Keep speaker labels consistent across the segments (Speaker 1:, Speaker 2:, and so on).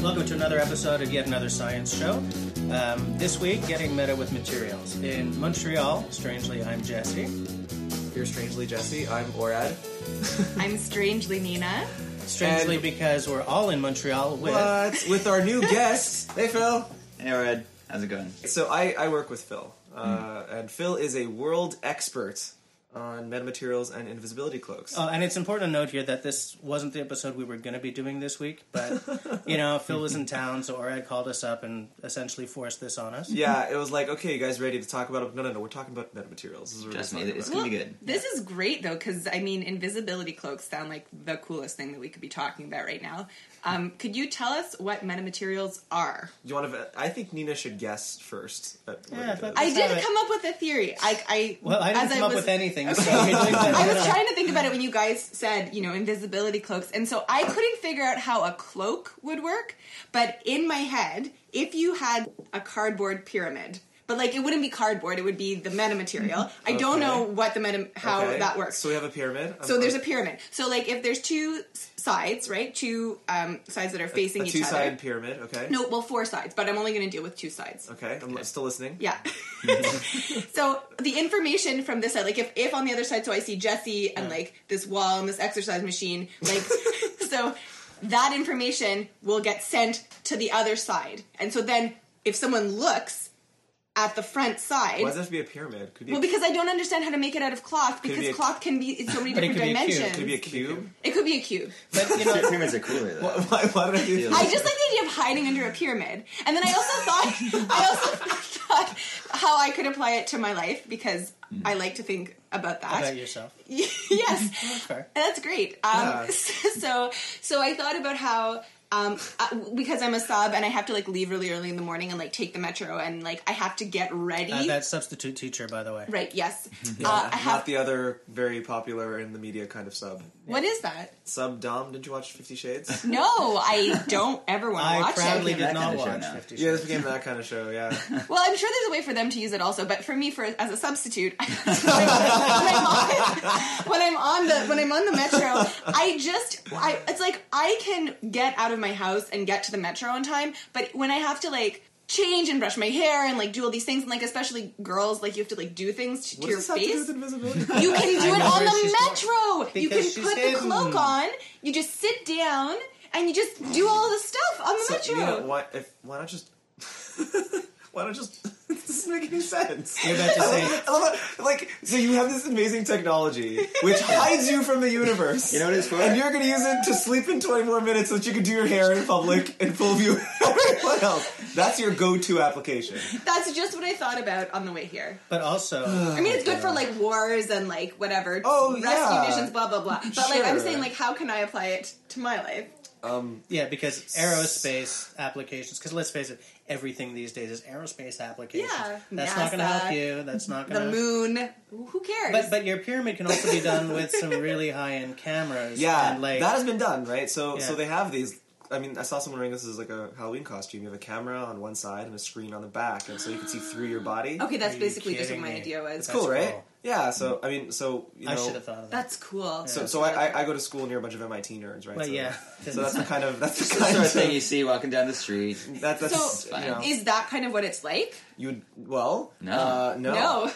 Speaker 1: Welcome to another episode of Yet Another Science Show. Um, this week, getting meta with materials. In Montreal, strangely, I'm Jesse.
Speaker 2: You're strangely Jesse. I'm Orad.
Speaker 3: I'm strangely Nina.
Speaker 1: Strangely,
Speaker 2: And-
Speaker 1: because we're all in Montreal with.
Speaker 2: But with our new guest, hey Phil.
Speaker 4: Hey, Red. How's it going?
Speaker 2: So I, I work with Phil, uh,
Speaker 1: Hmm.
Speaker 2: and Phil is a world expert on metamaterials and invisibility cloaks.
Speaker 1: Oh, and it's important to note here that this wasn't the episode we were going to be doing this week, but you know, Phil was in town, so Orad called us up and essentially forced this on us.
Speaker 2: yeah, it was like, okay, you guys ready to talk about it? No, no, no. We're talking about metamaterials. This is what we're
Speaker 4: Trust me,
Speaker 2: talking
Speaker 4: it's
Speaker 2: about.
Speaker 4: gonna be good.
Speaker 3: This is great though, because I mean, invisibility cloaks sound like the coolest thing that we could be talking about right now. Um, could you tell us what metamaterials are?
Speaker 2: You want to? I think Nina should guess first. at what
Speaker 1: Yeah,
Speaker 2: it
Speaker 1: but-
Speaker 2: is.
Speaker 3: I
Speaker 1: Let's
Speaker 3: did
Speaker 1: have it.
Speaker 3: come up with a theory. I, I
Speaker 1: Well, I didn't
Speaker 3: as
Speaker 1: come up
Speaker 3: was-
Speaker 1: with anything, so I
Speaker 3: I was trying to think about it when you guys said, you know, invisibility cloaks. And so I couldn't figure out how a cloak would work. But in my head, if you had a cardboard pyramid, but like it wouldn't be cardboard, it would be the metamaterial. I don't
Speaker 2: Okay.
Speaker 3: know what the meta how
Speaker 2: Okay,
Speaker 3: that works.
Speaker 2: So we have a pyramid.
Speaker 3: So there's a pyramid. So like if there's two s- sides, right? Two um, sides that are facing
Speaker 2: a
Speaker 3: each
Speaker 2: two-sided
Speaker 3: other.
Speaker 2: pyramid. Okay.
Speaker 3: No, well, four sides, but I'm only going to deal with two sides.
Speaker 2: Okay, I'm still listening.
Speaker 3: Yeah. so the information from this side, like if, if on the other side, so I see Jesse and like this wall and this exercise machine, like so that information will get sent to the other side, and so then if someone looks at the front side,
Speaker 2: Why does it have to be a pyramid? Could be
Speaker 3: well,
Speaker 2: a,
Speaker 3: because I don't understand how to make it out of cloth
Speaker 2: it
Speaker 3: because
Speaker 2: be a-
Speaker 3: cloth can be in so many
Speaker 1: But it
Speaker 3: different
Speaker 1: could be a cube.
Speaker 3: dimensions.
Speaker 2: could be a cube.
Speaker 3: It could be a cube.
Speaker 1: But you know,
Speaker 4: Pyramids are cooler, though.
Speaker 2: Why, why did I do
Speaker 3: I
Speaker 2: this?
Speaker 3: just like the idea of hiding under a pyramid. And then I also thought I also thought how I could apply it to my life because I like to think about that.
Speaker 1: Mm. about yourself.
Speaker 3: yes.
Speaker 1: Fair.
Speaker 3: That's great. Um,
Speaker 2: Yeah.
Speaker 3: So, so I thought about how um, uh, because I'm a sub and I have to like leave really early in the morning and like take the metro and like I have to get ready.
Speaker 1: Uh, that substitute teacher, by the way.
Speaker 3: right. Yes. Uh, I
Speaker 2: Not
Speaker 3: have.
Speaker 2: the other very popular in the media kind of sub.
Speaker 3: what is that?
Speaker 2: Sub Dom, did you watch Fifty Shades?
Speaker 3: No, I don't ever want to
Speaker 1: I
Speaker 3: watch
Speaker 1: proudly
Speaker 3: it.
Speaker 1: did
Speaker 4: That
Speaker 1: not
Speaker 4: kinda show
Speaker 1: watch
Speaker 4: now.
Speaker 1: Fifty
Speaker 2: yeah, this
Speaker 1: Shades.
Speaker 2: became that kind of show, yeah.
Speaker 3: Well, I'm sure there's a way for them to use it also, but for me, for as a substitute, when, I'm on, when I'm on the when I'm on the metro, I just I it's like I can get out of my house and get to the metro on time, but when I have to like change and brush my hair and like do all these things, and like especially girls, like you have to like do things to,
Speaker 2: What
Speaker 3: your
Speaker 2: does this have to do
Speaker 3: face.
Speaker 2: with invisibility?
Speaker 3: You can do
Speaker 1: I
Speaker 3: it
Speaker 1: know
Speaker 3: on
Speaker 1: where she's
Speaker 3: the metro. You can
Speaker 1: Because she's
Speaker 3: put the
Speaker 1: hidden.
Speaker 3: cloak on. You just sit down and you just do all the stuff on the
Speaker 2: So,
Speaker 3: metro.
Speaker 2: Nina, why, if, why not just... why not just... this doesn't make any sense.
Speaker 1: You're about to say,
Speaker 2: I love how, like, so you have this amazing technology which hides you from the universe.
Speaker 4: You know what it's for?
Speaker 2: And you're gonna use it to sleep in 20 more minutes so that you can do your hair in public in full view of everyone else. That's your go-to application.
Speaker 3: That's just what I thought about on the way here.
Speaker 1: but also,
Speaker 3: I mean, it's good for like wars and like whatever.
Speaker 2: Oh,
Speaker 3: rescue
Speaker 2: yeah.
Speaker 3: missions, blah blah blah. But like,
Speaker 2: Sure.
Speaker 3: I'm saying, like, how can I apply it to my life?
Speaker 2: Um,
Speaker 1: yeah, because aerospace applications. Because let's face it, everything these days is aerospace applications.
Speaker 3: Yeah.
Speaker 1: that's not going to
Speaker 3: NASA,
Speaker 1: help you. That's not
Speaker 3: The
Speaker 1: going to.
Speaker 3: moon. Who cares?
Speaker 1: But but your pyramid can also be done with some really high end cameras.
Speaker 2: Yeah,
Speaker 1: and like
Speaker 2: that has been done, right? So
Speaker 1: Yeah.
Speaker 2: so they have these. I mean, I saw someone wearing this as like a Halloween costume. You have a camera on one side and a screen on the back, and so you can see through your body.
Speaker 3: okay, that's
Speaker 1: Are you
Speaker 3: basically just what
Speaker 1: kidding
Speaker 3: my
Speaker 1: me?
Speaker 3: idea was.
Speaker 2: it's cool,
Speaker 1: that's
Speaker 2: right?
Speaker 1: cool. Mm-hmm.
Speaker 2: Yeah. So I mean, so you know,
Speaker 1: I should have thought of that.
Speaker 3: That's cool.
Speaker 2: so so I, I, I go to school near a bunch of MIT nerds, right?
Speaker 1: But
Speaker 2: so,
Speaker 1: yeah,
Speaker 2: So that's the kind of that's the
Speaker 4: The
Speaker 2: kind of
Speaker 4: sort of thing you see walking down the street.
Speaker 2: That, that's
Speaker 3: So,
Speaker 2: you know
Speaker 3: Is that kind of what it's like?
Speaker 2: you would well
Speaker 4: No.
Speaker 2: uh, no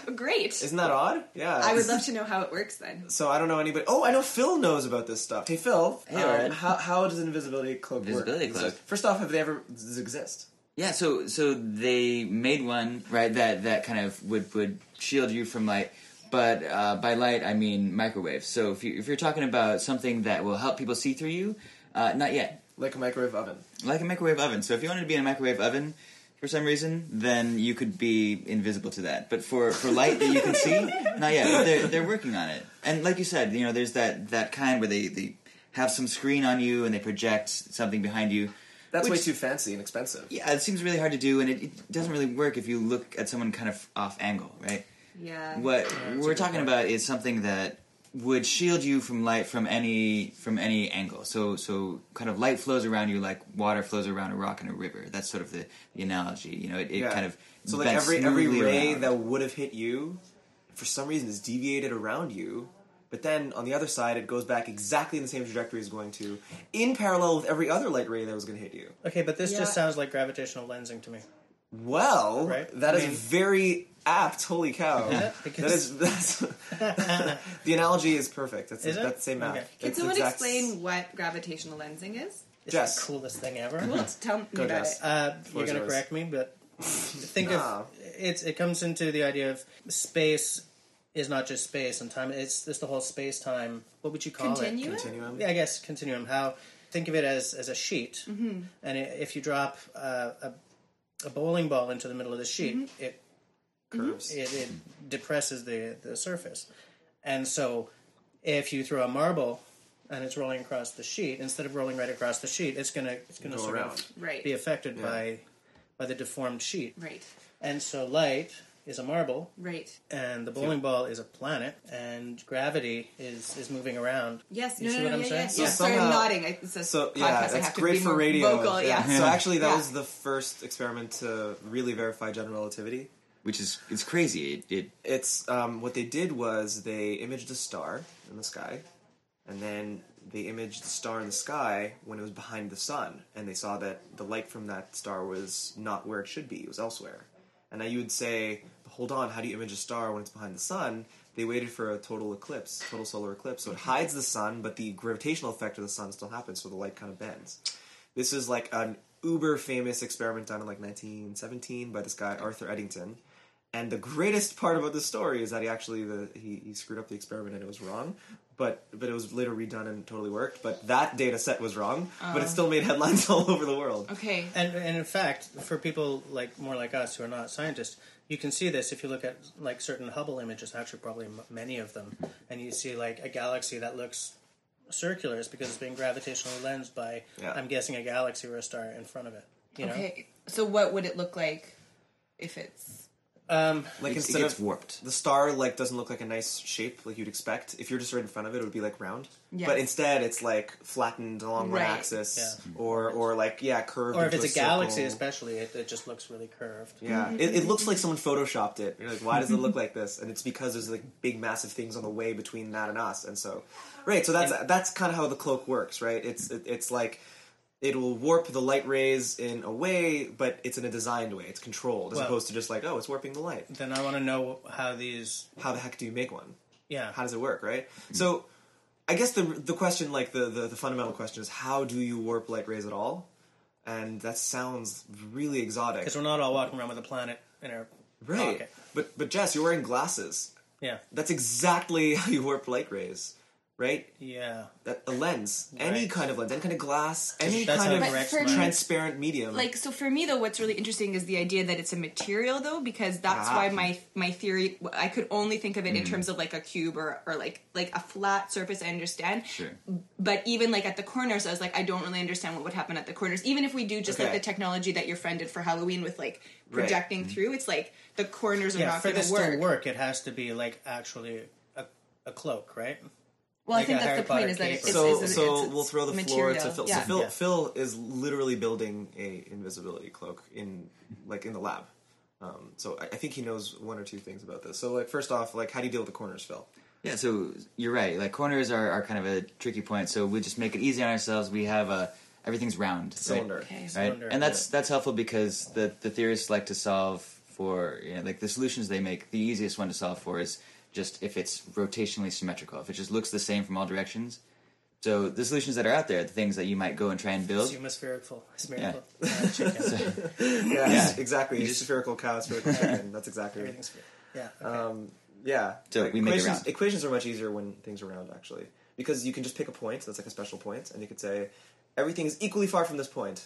Speaker 3: No, great.
Speaker 2: isn't that odd? Yeah.
Speaker 3: I would love to know how it works then.
Speaker 2: So I don't know anybody. Oh, I know Phil knows about this stuff. Hey, Phil.
Speaker 4: Hey,
Speaker 2: um,
Speaker 4: Red.
Speaker 2: how how does invisibility cloak
Speaker 4: Invisibility
Speaker 2: work?
Speaker 4: cloak.
Speaker 2: First off, have they ever does it exist?
Speaker 4: Yeah, so so they made one right that that kind of would would shield you from light, but uh, by light I mean microwave. So if you if you're talking about something that will help people see through you, uh, not yet.
Speaker 2: Like a microwave oven.
Speaker 4: Like a microwave oven. So if you wanted to be in a microwave oven for some reason, then you could be invisible to that. But for, for light that you can see, not yet. But They're, they're working on it. And like you said, you know, there's that, that kind where they, they have some screen on you and they project something behind you.
Speaker 2: That's
Speaker 4: Which-
Speaker 2: way too fancy and expensive.
Speaker 4: Yeah, it seems really hard to do, and it, it doesn't really work if you look at someone kind of off angle, right?
Speaker 3: Yeah.
Speaker 4: What
Speaker 1: a
Speaker 4: we're
Speaker 1: good
Speaker 4: talking
Speaker 1: point.
Speaker 4: about is something that would shield you from light from any from any angle. So so kind of light flows around you like water flows around a rock in a river. That's sort of the, the analogy. You know, it, it
Speaker 2: Yeah.
Speaker 4: kind of
Speaker 2: So like
Speaker 4: bends
Speaker 2: every every
Speaker 4: smoothly
Speaker 2: ray
Speaker 4: around.
Speaker 2: that would have hit you, for some reason is deviated around you, But then on the other side, it goes back exactly in the same trajectory it's going to, in parallel with every other light ray that was going to hit you.
Speaker 1: Okay, but this
Speaker 3: Yeah.
Speaker 1: just sounds like gravitational lensing to me.
Speaker 2: Well,
Speaker 1: Right.
Speaker 2: that
Speaker 1: I
Speaker 2: is
Speaker 1: mean-
Speaker 2: very apt. Holy cow!
Speaker 1: Yeah,
Speaker 2: that
Speaker 1: because-
Speaker 2: is that's the analogy is perfect. That's
Speaker 1: Is it?
Speaker 2: that's the same math.
Speaker 1: Okay.
Speaker 3: Can
Speaker 2: It's
Speaker 3: someone
Speaker 2: exact-
Speaker 3: explain what gravitational lensing is?
Speaker 1: It's
Speaker 2: Jess.
Speaker 1: the coolest thing ever.
Speaker 3: Well, tell me about
Speaker 2: Jess.
Speaker 3: it.
Speaker 1: Uh, you're
Speaker 2: Floor is
Speaker 1: going to
Speaker 2: yours.
Speaker 1: correct me, but think
Speaker 2: Nah.
Speaker 1: of it's it comes into the idea of space is not just space and time. It's it's the whole space time. What would you call
Speaker 3: Continuum?
Speaker 1: it?
Speaker 2: Continuum.
Speaker 1: Yeah, I guess continuum. How think of it as as a sheet,
Speaker 3: Mm-hmm.
Speaker 1: and i if you drop uh, a a bowling ball into the middle of the sheet,
Speaker 3: Mm-hmm.
Speaker 1: it Mm-hmm.
Speaker 2: Curves.
Speaker 1: it, it depresses the, the surface. And so if you throw a marble and it's rolling across the sheet, instead of rolling right across the sheet, it's gonna it's gonna
Speaker 2: Go
Speaker 1: sort
Speaker 2: around.
Speaker 1: of
Speaker 3: Right.
Speaker 1: be affected by by the deformed sheet.
Speaker 3: Right.
Speaker 1: And so light is a marble
Speaker 3: Right.
Speaker 1: and the bowling ball is a planet and gravity is is moving around.
Speaker 3: Yes.
Speaker 1: You
Speaker 3: no,
Speaker 1: see
Speaker 3: no,
Speaker 1: what
Speaker 3: no,
Speaker 1: I'm
Speaker 3: yeah,
Speaker 1: saying?
Speaker 3: yeah,
Speaker 1: So
Speaker 3: yeah. Sorry, I'm
Speaker 2: somehow-
Speaker 3: nodding. I, it's a
Speaker 2: So
Speaker 3: podcast.
Speaker 2: yeah,
Speaker 3: I
Speaker 2: that's
Speaker 3: have to
Speaker 2: great
Speaker 3: be
Speaker 2: for
Speaker 3: more
Speaker 2: radio.
Speaker 3: Vocal, yeah.
Speaker 2: So actually, that
Speaker 3: Yeah.
Speaker 2: was the first experiment to really verify general relativity.
Speaker 4: which is it's crazy. It, it
Speaker 2: It's um, what they did was they imaged a star in the sky, and then they imaged the star in the sky when it was behind the sun, and they saw that the light from that star was not where it should be; it was elsewhere. And now you would say, "Hold on, how do you image a star when it's behind the sun?" They waited for a total eclipse, total solar eclipse, so it hides the sun, but the gravitational effect of the sun still happens, so the light kind of bends. This is like an uber famous experiment done in like 1917 by this guy Arthur Eddington. And the greatest part about this story is that he actually the, he, he screwed up the experiment and it was wrong, but but it was later redone and totally worked. But that data set was wrong, but
Speaker 1: Oh.
Speaker 2: it still made headlines all over the world.
Speaker 3: Okay.
Speaker 1: And, and in fact, for people like more like us who are not scientists, you can see this if you look at like certain Hubble images. Actually, probably m- many of them, and you see like a galaxy that looks circular. It's because it's being gravitationally lensed by,
Speaker 2: Yeah.
Speaker 1: I'm guessing, a galaxy or a star in front of it. You know,
Speaker 3: Okay. So what would it look like if it's
Speaker 2: Like
Speaker 4: it
Speaker 2: instead
Speaker 4: gets
Speaker 2: of
Speaker 4: warped.
Speaker 2: the star like doesn't look like a nice shape like you'd expect. If you're just right in front of it, it would be like round. But
Speaker 3: Yes.
Speaker 2: instead, it's like flattened along one
Speaker 3: Right.
Speaker 2: axis, or or like yeah, curved.
Speaker 1: or if
Speaker 2: into
Speaker 1: it's a, galaxy,
Speaker 2: circle.
Speaker 1: especially, it, it just looks really curved.
Speaker 2: Yeah, it, it looks like someone photoshopped it. You're like, why does it look like this? And it's because there's like big, massive things on the way between that and us. And so, right. So that's that's kind of how the cloak works, right? It's it, it's like it will warp the light rays in a way, but it's in a designed way. It's controlled as
Speaker 1: Well-
Speaker 2: opposed to just like, oh, it's warping the light.
Speaker 1: Then I want to know how these.
Speaker 2: How the heck do you make one?
Speaker 1: Yeah,
Speaker 2: How does it work, right? So, I guess the the question, like the, the the fundamental question, is how do you warp light rays at all? And that sounds really exotic,
Speaker 1: because we're not all walking around with a planet in our
Speaker 2: right?
Speaker 1: pocket.
Speaker 2: But but Jess, you're wearing glasses.
Speaker 1: Yeah,
Speaker 2: That's exactly how you warp light rays, right?
Speaker 1: yeah.
Speaker 2: That a lens, any
Speaker 1: Right.
Speaker 2: kind of lens, any kind of glass, any
Speaker 1: That's
Speaker 2: kind
Speaker 1: how
Speaker 2: of
Speaker 1: it corrects
Speaker 3: But for
Speaker 1: my-
Speaker 2: transparent medium.
Speaker 3: like so for me though what's really interesting is the idea that it's a material though because that's
Speaker 2: Ah. Hmm.
Speaker 3: why my my theory i could only think of it in terms of like a cube or, or like like a flat surface i understand
Speaker 4: sure.
Speaker 3: but even like at the corners i was like i don't really understand what would happen at the corners even if we do just like
Speaker 2: Okay.
Speaker 3: the technology that your friend did for halloween with
Speaker 2: Right.
Speaker 3: like
Speaker 2: Hmm.
Speaker 3: projecting through it's like the corners are
Speaker 1: Yeah,
Speaker 3: not
Speaker 1: for
Speaker 3: going
Speaker 1: this
Speaker 3: to work.
Speaker 1: to work, it has to be like actually a, a cloak, right?
Speaker 3: well
Speaker 1: like
Speaker 3: i
Speaker 1: a
Speaker 3: think that's
Speaker 1: Harry
Speaker 3: the point
Speaker 1: Potter
Speaker 3: is that
Speaker 1: cape
Speaker 3: it's,
Speaker 1: or
Speaker 3: it's,
Speaker 2: so
Speaker 3: it's,
Speaker 2: so
Speaker 3: it's
Speaker 2: we'll throw the
Speaker 3: material.
Speaker 2: floor to Phil.
Speaker 3: yeah.
Speaker 2: So Phil
Speaker 1: Yeah.
Speaker 2: Phil is literally building a invisibility cloak in like in the lab. Um, so I, I think he knows one or two things about this. So like first off, like how do you deal with the corners, Phil?
Speaker 4: Yeah, so you're right. Like corners are, are kind of a tricky point. So we just make it easy on ourselves. We have a everything's round. right?
Speaker 2: Cylinder.
Speaker 3: Okay.
Speaker 4: right?
Speaker 1: Cylinder,
Speaker 4: and that's that's helpful because the the theorists like to solve for you know, like the solutions they make. The easiest one to solve for is just if it's rotationally symmetrical, if it just looks the same from all directions. So the solutions that are out there, the things that you might go and try and build,
Speaker 1: Hemispherical, spherical, uh, chicken.
Speaker 2: Yeah,
Speaker 4: Yeah.
Speaker 2: exactly.
Speaker 4: You just-
Speaker 2: spherical cow, spherical chicken. That's exactly.
Speaker 1: Everything's spherical. Yeah. Okay.
Speaker 2: Um, Yeah.
Speaker 4: So we make it
Speaker 2: equations,
Speaker 4: round.
Speaker 2: Equations are much easier when things are round, actually, because you can just pick a point that's like a special point, and you could say everything is equally far from this point,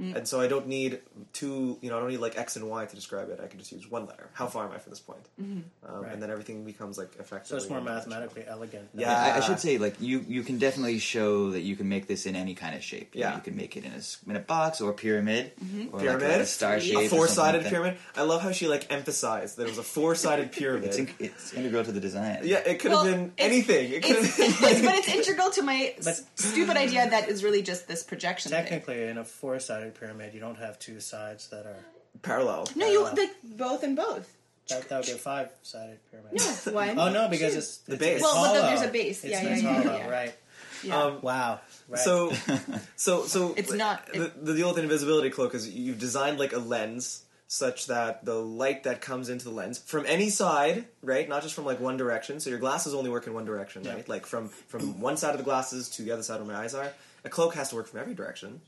Speaker 3: Mm.
Speaker 2: and so I don't need two. You know, I don't need like x and y to describe it. I can just use one letter. How far am I from this point?
Speaker 3: Mm-hmm.
Speaker 2: Um,
Speaker 1: Right.
Speaker 2: And then everything becomes like effective.
Speaker 1: so it's more mathematically elegant.
Speaker 2: Yeah.
Speaker 4: I, I should say, like you, you can definitely show that you can make this in any kind of shape. You know,
Speaker 2: Yeah.
Speaker 4: you can make it in a s- in a box or a pyramid, or like
Speaker 2: Pyramid,
Speaker 4: a star shape, or
Speaker 2: a
Speaker 4: something
Speaker 2: four-sided
Speaker 4: like that.
Speaker 2: pyramid. I love how she like emphasized that it was a four-sided pyramid.
Speaker 4: It's, in, it's integral to the design.
Speaker 2: yeah, it could have
Speaker 3: Well,
Speaker 2: been
Speaker 3: it's-
Speaker 2: anything. It could have
Speaker 3: it's,
Speaker 2: been
Speaker 3: it's- but it's integral to my s-
Speaker 1: But-
Speaker 3: stupid idea that is really just this projection. thing.
Speaker 1: Technically, in a four-sided pyramid, you don't have two sides that are.
Speaker 2: parallel.
Speaker 3: No, you like both and both.
Speaker 1: That, that would be a five sided pyramid.
Speaker 3: No, one.
Speaker 1: Oh no, because it's
Speaker 2: The
Speaker 1: it's-
Speaker 2: base.
Speaker 1: It's
Speaker 2: Well,
Speaker 3: well,
Speaker 1: hollow.
Speaker 3: there's a base.
Speaker 1: It's,
Speaker 3: Yeah, yeah,
Speaker 1: it's
Speaker 3: yeah,
Speaker 1: hollow,
Speaker 3: yeah.
Speaker 1: Right.
Speaker 3: Yeah.
Speaker 2: Um,
Speaker 1: Wow. Right.
Speaker 2: So, so, so
Speaker 3: It's not-
Speaker 2: the, the deal with an invisibility cloak is you've designed like a lens such that the light that comes into the lens from any side, right, not just from like one direction. So your glasses only work in one direction,
Speaker 1: Yeah.
Speaker 2: right? Like from from one side of the glasses to the other side where my eyes are. A cloak has to work from every direction,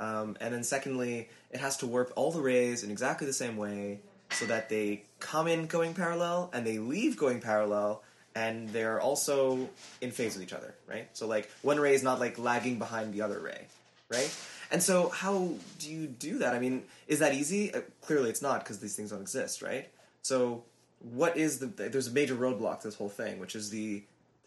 Speaker 2: um, and then secondly, it has to warp all the rays in exactly the same way so that they come in going parallel and they leave going parallel and they're also in phase with each other, right? So like one ray is not like lagging behind the other ray, right? And so how do you do that? I mean, is that easy? Uh, clearly it's not because these things don't exist, right? So what is the there's a major roadblock to this whole thing, which is the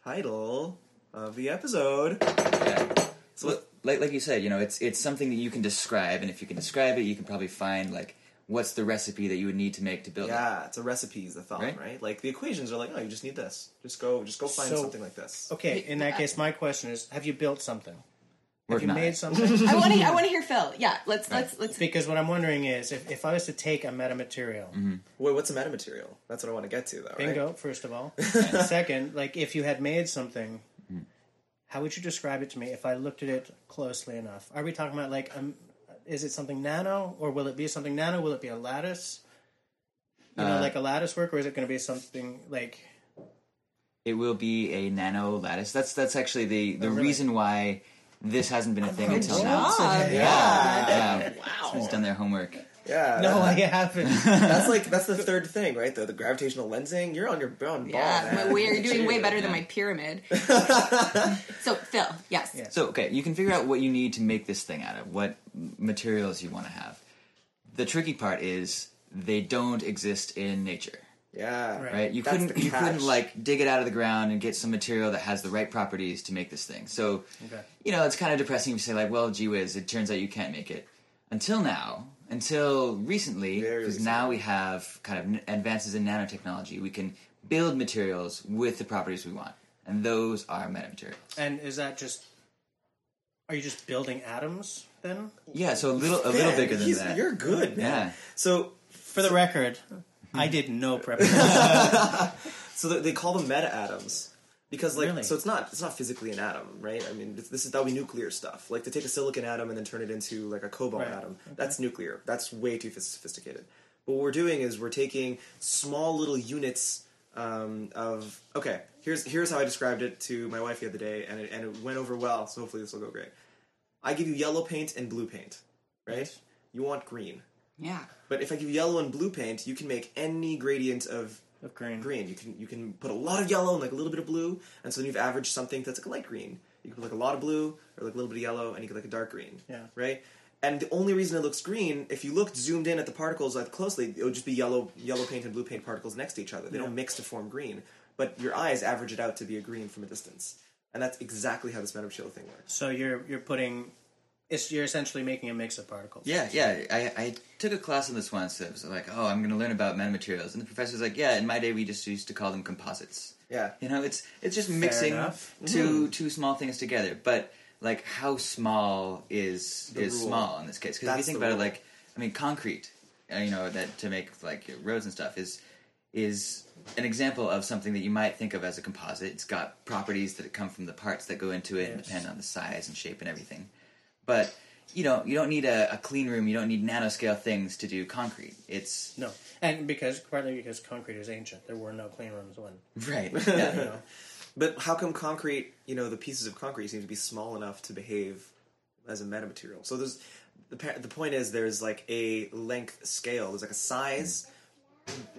Speaker 2: title of the episode.
Speaker 4: Yeah.
Speaker 2: So let-
Speaker 4: like like you said, you know, it's it's something that you can describe, and if you can describe it, you can probably find like what's the recipe that you would need to make to build it.
Speaker 2: Yeah, it's a recipe is the thought, right?
Speaker 4: Right?
Speaker 2: Like the equations are like, oh, you just need this. Just go, just go find
Speaker 1: So-
Speaker 2: something like this.
Speaker 1: okay, in that case, my question is: Have you built something? Have
Speaker 4: Working
Speaker 1: you
Speaker 4: on
Speaker 1: made
Speaker 4: it.
Speaker 1: something?
Speaker 3: I want to. I want to hear Phil. Yeah, let's let's let's.
Speaker 1: because what I'm wondering is, if, if I was to take a metamaterial,
Speaker 2: Wait, what's a metamaterial? That's what I want to get to, though.
Speaker 1: bingo,
Speaker 2: Right?
Speaker 1: first of all, second, like if you had made something, how would you describe it to me if I looked at it closely enough? Are we talking about like, um, is it something nano, or will it be something nano? Will it be a lattice? You
Speaker 2: Uh,
Speaker 1: know, like a lattice work, or is it going to be something like?
Speaker 4: It will be a nano lattice. That's that's actually the the
Speaker 1: really?
Speaker 4: reason why this hasn't been a thing until now.
Speaker 3: Job.
Speaker 4: Yeah. yeah. Someone's done their homework.
Speaker 2: Yeah.
Speaker 1: No, I
Speaker 2: that-
Speaker 1: haven't.
Speaker 2: that's like that's the third thing, right? The, the gravitational lensing. You're on your own
Speaker 3: Yeah,
Speaker 2: ball.
Speaker 3: my-
Speaker 2: man.
Speaker 3: we are doing way
Speaker 2: Dude.
Speaker 3: better than my pyramid. so Phil, yes.
Speaker 1: Yeah.
Speaker 4: So okay, you can figure out what you need to make this thing out of, what materials you want to have. The tricky part is they don't exist in nature.
Speaker 2: Yeah.
Speaker 1: Right.
Speaker 4: right? You
Speaker 2: That's
Speaker 4: couldn't
Speaker 2: the
Speaker 4: you
Speaker 2: catch.
Speaker 4: couldn't like dig it out of the ground and get some material that has the right properties to make this thing. So
Speaker 1: Okay.
Speaker 4: you know, it's kind of depressing if you say like, well, gee whiz, it turns out you can't make it until now, until recently,
Speaker 2: Very
Speaker 4: because
Speaker 2: recently.
Speaker 4: now we have kind of n- advances in nanotechnology. We can build materials with the properties we want, and those are metamaterials.
Speaker 1: And is that just? Are you just building atoms then?
Speaker 4: Yeah, so a little a little
Speaker 2: Man,
Speaker 4: bigger than
Speaker 2: he's-
Speaker 4: that.
Speaker 2: You're good, man.
Speaker 4: Yeah.
Speaker 2: So Hmm.
Speaker 1: For the record, I did no preparation.
Speaker 2: So they- they call them meta atoms because like
Speaker 1: Really?
Speaker 2: so it's not it's not physically an atom, right? I mean this this is that would be nuclear stuff. Like to take a silicon atom and then turn it into like a cobalt
Speaker 1: Right.
Speaker 2: atom. That's nuclear. That's way too phys- sophisticated. But what we're doing is we're taking small little units um, of okay. Here's here's how I described it to my wife the other day, and it, and it went over well. So hopefully this will go great. I give you yellow paint and blue paint, right? You want green,
Speaker 3: Yeah.
Speaker 2: but if I give you yellow and blue paint, you can make any gradient of
Speaker 1: Of green.
Speaker 2: green. You can you can put a lot of yellow and like a little bit of blue, and so then you've averaged something that's like a light green. You can put like a lot of blue or like a little bit of yellow, and you get like a dark green.
Speaker 1: Yeah.
Speaker 2: Right. And the only reason it looks green, if you looked zoomed in at the particles like closely, it would just be yellow yellow paint and blue paint particles next to each other. They don't mix to form green, but your eyes average it out to be a green from a distance, and that's exactly how this metamaterial thing works.
Speaker 1: So you're you're putting, it's you're essentially making a mix of particles.
Speaker 4: Yeah, yeah. I, I took a class on this once. It was like, oh, I'm going to learn about metamaterials, and the professor's like, yeah. In my day, we just used to call them composites.
Speaker 2: Yeah. Mm-hmm.
Speaker 4: You know, it's it's just mixing
Speaker 1: enough.
Speaker 4: two two small things together. But like, how small is
Speaker 2: The
Speaker 4: is
Speaker 2: rule.
Speaker 4: small in this case? Because if you
Speaker 2: That's
Speaker 4: think
Speaker 2: the
Speaker 4: about
Speaker 2: rule.
Speaker 4: it, like, I mean, concrete, uh, you know, that to make like roads and stuff is is an example of something that you might think of as a composite. It's got properties that come from the parts that go into it and
Speaker 1: Yes.
Speaker 4: depend on the size and shape and everything. But you know, you don't need a, a clean room. You don't need nanoscale things to do concrete. It's
Speaker 1: No, and because partly because concrete is ancient, there were no clean rooms when.
Speaker 4: right. Yeah.
Speaker 1: You know?
Speaker 2: But how come concrete, you know, the pieces of concrete seem to be small enough to behave as a metamaterial? So there's the pa- the point is there's like a length scale, there's like a size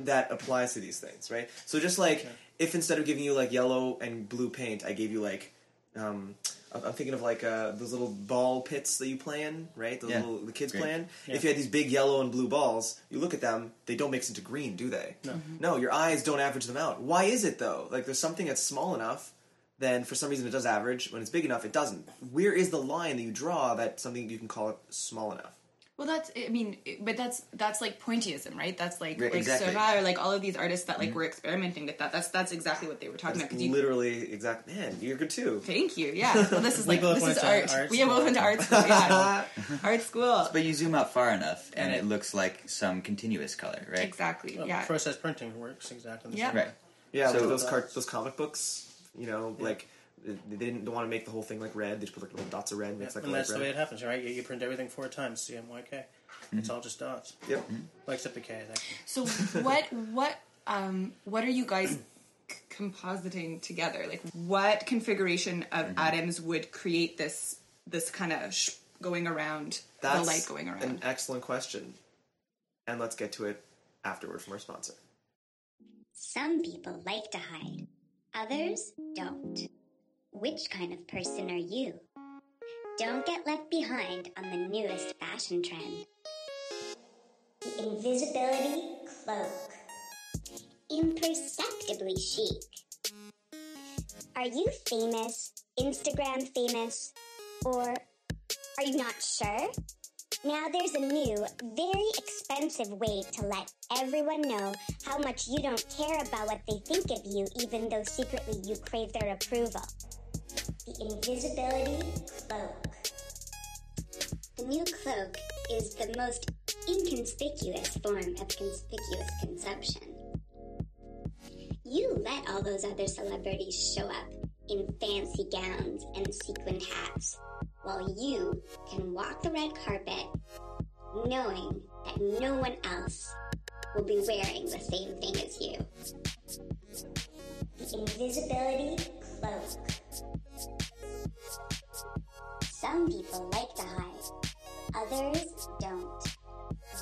Speaker 2: that applies to these things, right? So just like if instead of giving you like yellow and blue paint, I gave you like um I'm I'm thinking of like uh, those little ball pits that you play in, right? Those
Speaker 4: Yeah.
Speaker 2: little the kids
Speaker 4: Great.
Speaker 2: play in. If you had these big yellow and blue balls, you look at them, they don't mix into green, do they? No.
Speaker 3: Mm-hmm.
Speaker 2: No, your eyes don't average them out. Why is it though? Like there's something that's small enough then for some reason it does average. When it's big enough, it doesn't. Where is the line that you draw that something you can call it small enough?
Speaker 3: Well, that's I mean, it- but that's that's like pointillism, right? That's like
Speaker 4: Right,
Speaker 3: like
Speaker 4: exactly.
Speaker 3: Servat or like all of these artists that like were experimenting with that. That's that's exactly what they were talking
Speaker 2: That's
Speaker 3: about. 'cause you-
Speaker 2: literally exact. Man, you're good too.
Speaker 3: thank you. Yeah. Well, this is
Speaker 1: We
Speaker 3: like
Speaker 1: both
Speaker 3: this
Speaker 1: went
Speaker 3: is
Speaker 1: to
Speaker 3: art.
Speaker 1: art
Speaker 3: we both
Speaker 1: school.
Speaker 3: went to art school. Yeah. art school.
Speaker 4: But you zoom out far enough, and it looks like some continuous color, right?
Speaker 3: Exactly.
Speaker 1: Well,
Speaker 3: Yeah.
Speaker 1: Process printing works exactly the
Speaker 3: Yeah.
Speaker 1: same.
Speaker 4: Right.
Speaker 2: Yeah,
Speaker 4: So-
Speaker 2: like those car- those comic books. You know, like they they didn't want to make the whole thing like red. They just put like little dots of red. And it's like a
Speaker 1: and
Speaker 2: light
Speaker 1: that's the way
Speaker 2: red.
Speaker 1: it happens, right? You, you print everything four times, CMYK.
Speaker 2: Mm-hmm.
Speaker 1: It's all just dots.
Speaker 2: Yep.
Speaker 3: Mm-hmm.
Speaker 1: Well, except the K, I think.
Speaker 3: So what what um what are you guys c- compositing together? Like what configuration of atoms would create this this kind of sh- going around the
Speaker 2: That's
Speaker 3: light going around?
Speaker 2: an excellent question, and let's get to it afterward from our sponsor.
Speaker 5: Some people like to hide, others don't. Which kind of person are you? Don't get left behind on the newest fashion trend. The invisibility cloak. Imperceptibly chic. Are you famous, Instagram famous, or are you not sure? Now there's a new, very expensive way to let everyone know how much you don't care about what they think of you, even though secretly you crave their approval. The Invisibility Cloak. The new cloak is the most inconspicuous form of conspicuous consumption. You let all those other celebrities show up in fancy gowns and sequined hats, while you can walk the red carpet knowing that no one else will be wearing the same thing as you. The invisibility cloak. Some people like to hide, others don't.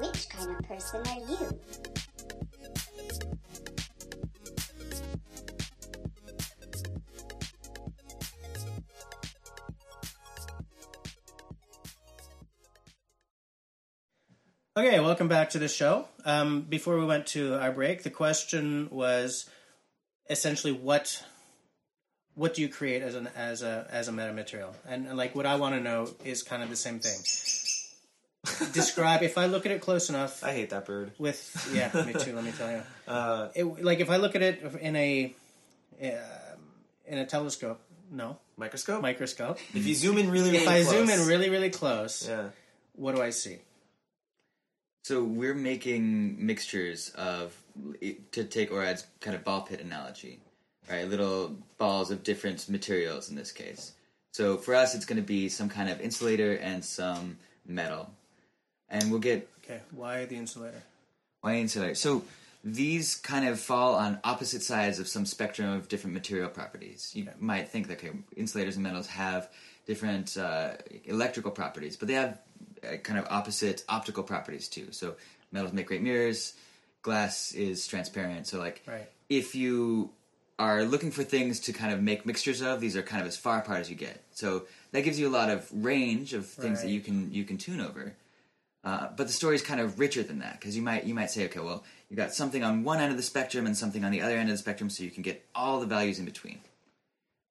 Speaker 5: Which kind of person are you?
Speaker 1: Okay, welcome back to the show. Um, before we went to our break, the question was essentially what what do you create as an as a as a metamaterial? And, and like what I want to know is kind of the same thing. Describe if I look at it close enough
Speaker 2: I hate that bird.
Speaker 1: with yeah, me too. let me tell you,
Speaker 2: Uh,
Speaker 1: it, like if I look at it in a um in a telescope, no
Speaker 2: Microscope.
Speaker 1: microscope.
Speaker 2: If you zoom in really, really
Speaker 1: If I zoom
Speaker 2: close-
Speaker 1: in really really close,
Speaker 2: yeah.
Speaker 1: what do I see?
Speaker 4: So we're making mixtures of, to take Orad's kind of ball pit analogy, right? Little balls of different materials in this case. So for us, it's going to be some kind of insulator and some metal, and we'll get
Speaker 1: Okay, why the insulator?
Speaker 4: why insulator. So these kind of fall on opposite sides of some spectrum of different material properties. You might think that okay, insulators and metals have different uh, electrical properties, but they have uh, kind of opposite optical properties too. So metals make great mirrors. Glass is transparent. So like,
Speaker 1: Right.
Speaker 4: if you are looking for things to kind of make mixtures of, these are kind of as far apart as you get. So that gives you a lot of range of things that
Speaker 1: Right.
Speaker 4: you can you can tune over. Uh, but the story is kind of richer than that because you might you might say, okay, well, you got something on one end of the spectrum and something on the other end of the spectrum, so you can get all the values in between.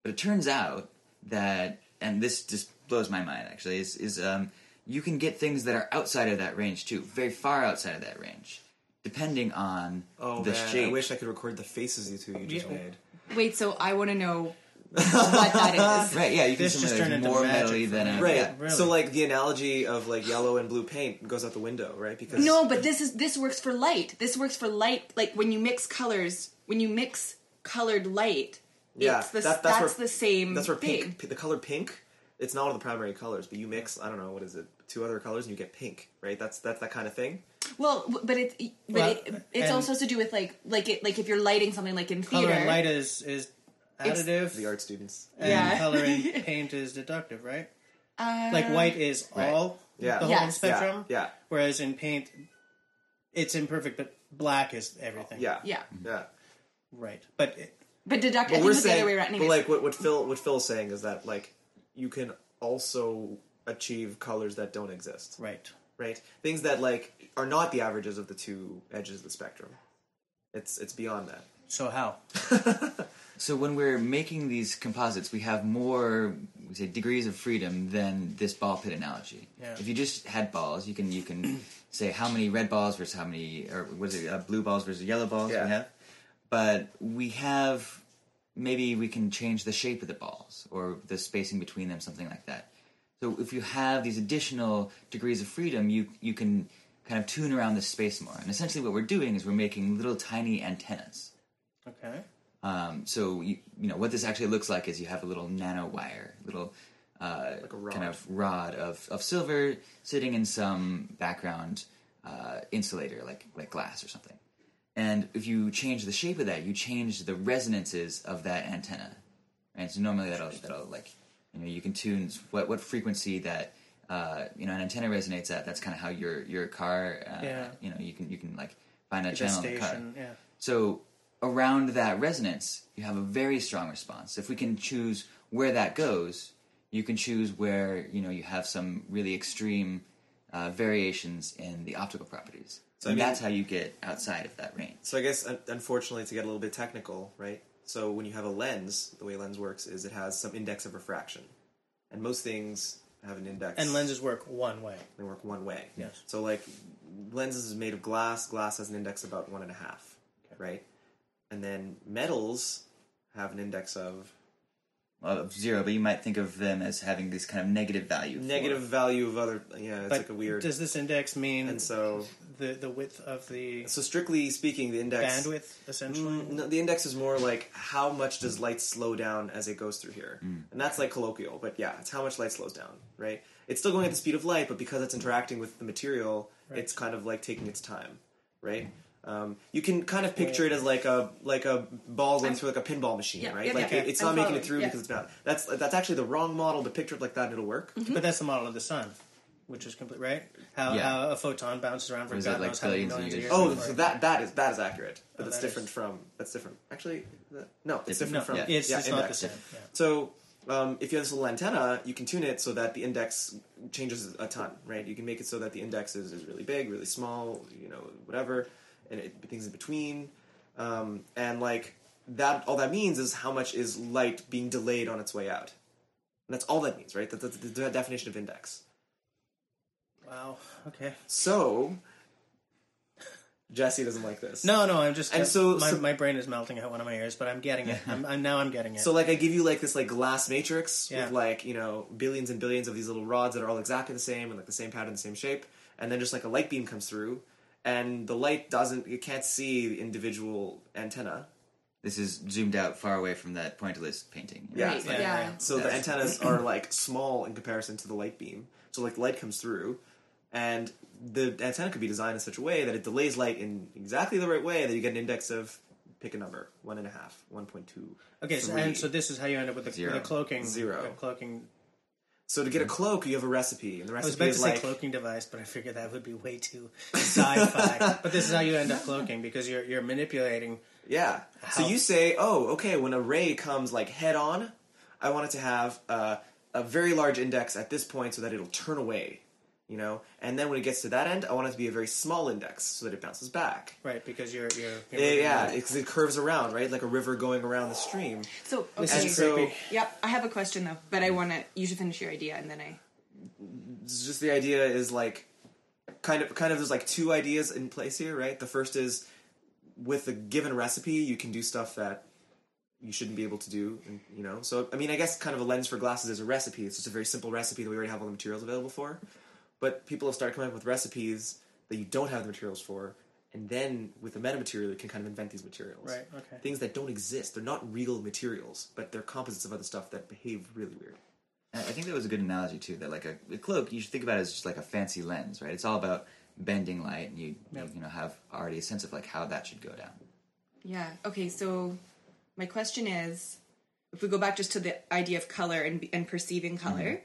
Speaker 4: But it turns out that, and this just blows my mind actually, is is um, you can get things that are outside of that range too, very far outside of that range, depending on
Speaker 2: Oh
Speaker 4: the
Speaker 2: man,
Speaker 4: shape.
Speaker 2: I wish I could record the faces you two you just
Speaker 1: Yeah.
Speaker 2: made.
Speaker 3: Wait, so I want to know what that is.
Speaker 4: Right, yeah, you can
Speaker 1: This just
Speaker 4: simulate
Speaker 1: turned into
Speaker 4: more
Speaker 1: magic
Speaker 4: metally
Speaker 1: for
Speaker 4: than
Speaker 1: me.
Speaker 4: a,
Speaker 2: Right.
Speaker 4: yeah.
Speaker 1: Really?
Speaker 2: So like the analogy of like yellow and blue paint goes out the window, right? Because
Speaker 3: No, but this is this works for light. This works for light. Like when you mix colors, when you mix colored light,
Speaker 2: yeah,
Speaker 3: it's the,
Speaker 2: that-
Speaker 3: that's,
Speaker 2: where-
Speaker 3: the same.
Speaker 2: That's where
Speaker 3: thing.
Speaker 2: pink, p- the color pink, it's not one of the primary colors, but you mix I don't know what is it, two other colors and you get pink, right? That's that's that kind of thing.
Speaker 3: Well, w- but it's but
Speaker 1: Well,
Speaker 3: it, it's
Speaker 1: and-
Speaker 3: also to do with like like it like if you're lighting something like in
Speaker 1: Color
Speaker 3: theater.
Speaker 1: and light is is additive.
Speaker 2: The art students.
Speaker 1: and
Speaker 3: Yeah.
Speaker 1: color and paint is deductive, right? like white is all
Speaker 2: Yeah.
Speaker 1: the whole
Speaker 3: Yes.
Speaker 1: spectrum.
Speaker 2: Yeah, yeah.
Speaker 1: Whereas in paint, it's imperfect, but black is everything.
Speaker 2: Yeah.
Speaker 3: Yeah,
Speaker 2: Yeah.
Speaker 1: right. But it,
Speaker 3: but deduct. I
Speaker 2: But
Speaker 3: think
Speaker 2: we're
Speaker 3: it's the
Speaker 2: saying
Speaker 3: other way around.
Speaker 2: but
Speaker 3: anyways.
Speaker 2: like what, what Phil what Phil's saying is that like you can also achieve colors that don't exist.
Speaker 1: right,
Speaker 2: right? Things that like are not the averages of the two edges of the spectrum. It's it's beyond that.
Speaker 1: so how?
Speaker 4: So when we're making these composites, we have more we say degrees of freedom than this ball pit analogy.
Speaker 1: Yeah.
Speaker 4: If you just had balls, you can you can say how many red balls versus how many or was it uh, blue balls versus yellow balls
Speaker 2: Yeah.
Speaker 4: we have. But we have maybe we can change the shape of the balls or the spacing between them, something like that. So if you have these additional degrees of freedom, you you can kind of tune around this space more. And essentially, what we're doing is we're making little tiny antennas.
Speaker 1: Okay.
Speaker 4: Um, so you, you know what this actually looks like is you have a little nano wire, little uh,
Speaker 2: a rod.
Speaker 4: kind of rod of, of silver sitting in some background uh, insulator, like like glass or something. And if you change the shape of that, you change the resonances of that antenna. And so normally that'll that'll like you know you can tune what what frequency that uh, you know an antenna resonates at. That's kind of how your your car uh,
Speaker 1: Yeah.
Speaker 4: you know you can you can like find a
Speaker 1: The
Speaker 4: channel in the car.
Speaker 1: station. Yeah.
Speaker 4: So around that resonance, you have a very strong response. If we can choose where that goes, you can choose where you know you have some really extreme uh, variations in the optical properties.
Speaker 2: So, I
Speaker 4: and
Speaker 2: mean-
Speaker 4: that's how you get outside of that range.
Speaker 2: So I guess un- unfortunately, to get a little bit technical, right? So when you have a lens, the way a lens works is it has some index of refraction, and most things have an index.
Speaker 1: And lenses work one way.
Speaker 2: they work one way.
Speaker 1: Yes.
Speaker 2: So like lenses is made of glass. Glass has an index about one and a half, right? And then metals have an index of
Speaker 4: Well, of zero, but you might think of them as having this kind of negative value. for-
Speaker 2: negative value of other. Yeah, it's
Speaker 1: But
Speaker 2: like a weird.
Speaker 1: Does this index mean
Speaker 2: and so,
Speaker 1: the the width of the
Speaker 2: so strictly speaking, the index
Speaker 1: bandwidth essentially?
Speaker 2: Mm, no, the index is more like how much does light slow down as it goes through here, and that's like colloquial, but yeah, it's how much light slows down, right? It's still going at the speed of light, but because it's interacting with the material, it's kind of like taking its time, right? Um, you can kind of picture it as like a like a ball going through like a pinball machine,
Speaker 3: yeah,
Speaker 2: right?
Speaker 3: yeah,
Speaker 2: like
Speaker 3: yeah.
Speaker 2: it, it's
Speaker 3: I'm
Speaker 2: not making it
Speaker 3: following,
Speaker 2: through
Speaker 3: yeah.
Speaker 2: because it's not. That's that's actually the wrong model to picture it like that, and it'll work.
Speaker 1: But that's the model of the sun, which is complete, right? How,
Speaker 4: Yeah.
Speaker 1: how a photon bounces around for
Speaker 4: Was
Speaker 1: God
Speaker 4: it like
Speaker 1: knows how many
Speaker 4: billions of
Speaker 1: millions of years.
Speaker 4: years
Speaker 2: Oh,
Speaker 4: ago?
Speaker 1: before
Speaker 2: so
Speaker 1: it-
Speaker 2: that that is that is accurate, but that's
Speaker 1: Oh, that
Speaker 2: different
Speaker 1: is-
Speaker 2: from that's different. Actually, that- no, it's different,
Speaker 1: no,
Speaker 2: from
Speaker 4: yeah.
Speaker 1: it's,
Speaker 2: yeah,
Speaker 1: it's not the
Speaker 2: index.
Speaker 1: same. Yeah.
Speaker 2: So um, if you have this little antenna, you can tune it so that the index changes a ton, right? You can make it so that the index is, is really big, really small, you know, whatever, and it, things in between. Um, and like that, all that means is how much is light being delayed on its way out. And that's all that means, right? That, that's the de- definition of index. Oh.
Speaker 1: Wow. Okay.
Speaker 2: So Jesse doesn't like this.
Speaker 1: No, no. I'm just.
Speaker 2: And so-
Speaker 1: my,
Speaker 2: so-
Speaker 1: my brain is melting out one of my ears, but I'm getting it. I'm, I'm now. I'm getting it.
Speaker 2: So like I give you like this like glass matrix
Speaker 1: Yeah.
Speaker 2: with like you know billions and billions of these little rods that are all exactly the same and like the same pattern, the same shape, and then just like a light beam comes through, and the light doesn't you can't see the individual antenna,
Speaker 4: This is zoomed out far away from that pointillist painting.
Speaker 2: Yeah,
Speaker 3: Right,
Speaker 2: it's
Speaker 3: yeah.
Speaker 2: like- so the
Speaker 4: That's-
Speaker 2: antennas are like small in comparison to the light beam. So like light comes through, and the antenna could be designed in such a way that it delays light in exactly the right way that you get an index of pick a number one and a half, one point two.
Speaker 1: okay. So, and so this is how you end up with the,
Speaker 4: Zero.
Speaker 1: with the cloaking.
Speaker 2: Zero.
Speaker 1: the cloaking.
Speaker 2: So to get a cloak, you have a recipe, and the
Speaker 1: I was
Speaker 2: recipe
Speaker 1: about to
Speaker 2: is
Speaker 1: say
Speaker 2: like
Speaker 1: cloaking device, but I figured that would be way too sci-fi. but this is how you end up cloaking because you're you're manipulating.
Speaker 2: Yeah. So
Speaker 1: How-
Speaker 2: you say, oh, okay, when a ray comes like head on, I want it to have uh, a very large index at this point so that it'll turn away, you know? And then when it gets to that end, I want it to be a very small index so that it bounces back.
Speaker 1: Right, because you're you're, you're
Speaker 2: Yeah,
Speaker 1: moving
Speaker 2: yeah,
Speaker 1: around.
Speaker 2: because it curves around, right? Like a river going around the stream.
Speaker 3: So
Speaker 1: This
Speaker 3: okay.
Speaker 2: And so
Speaker 1: creepy.
Speaker 3: Yep, I have a question though, but I want to. You should finish your idea, and then I.
Speaker 2: it's just the idea is like kind of kind of there's like two ideas in place here, right? The first is with a given recipe, you can do stuff that you shouldn't be able to do, and, you know. So I mean, I guess kind of a lens for glasses is a recipe. It's just a very simple recipe that we already have all the materials available for. But people have started coming up with recipes that you don't have the materials for, and then with the metamaterial, you can kind of invent these materials.
Speaker 1: Right, okay.
Speaker 2: Things that don't exist. They're not real materials, but they're composites of other stuff that behave really weird.
Speaker 4: I I think that was a good analogy too. That like a, a cloak, you should think about it as just like a fancy lens, right? It's all about bending light, and you you- you know have already a sense of like how that should go down.
Speaker 3: Yeah. Okay. So, my question is, if we go back just to the idea of color and and perceiving color,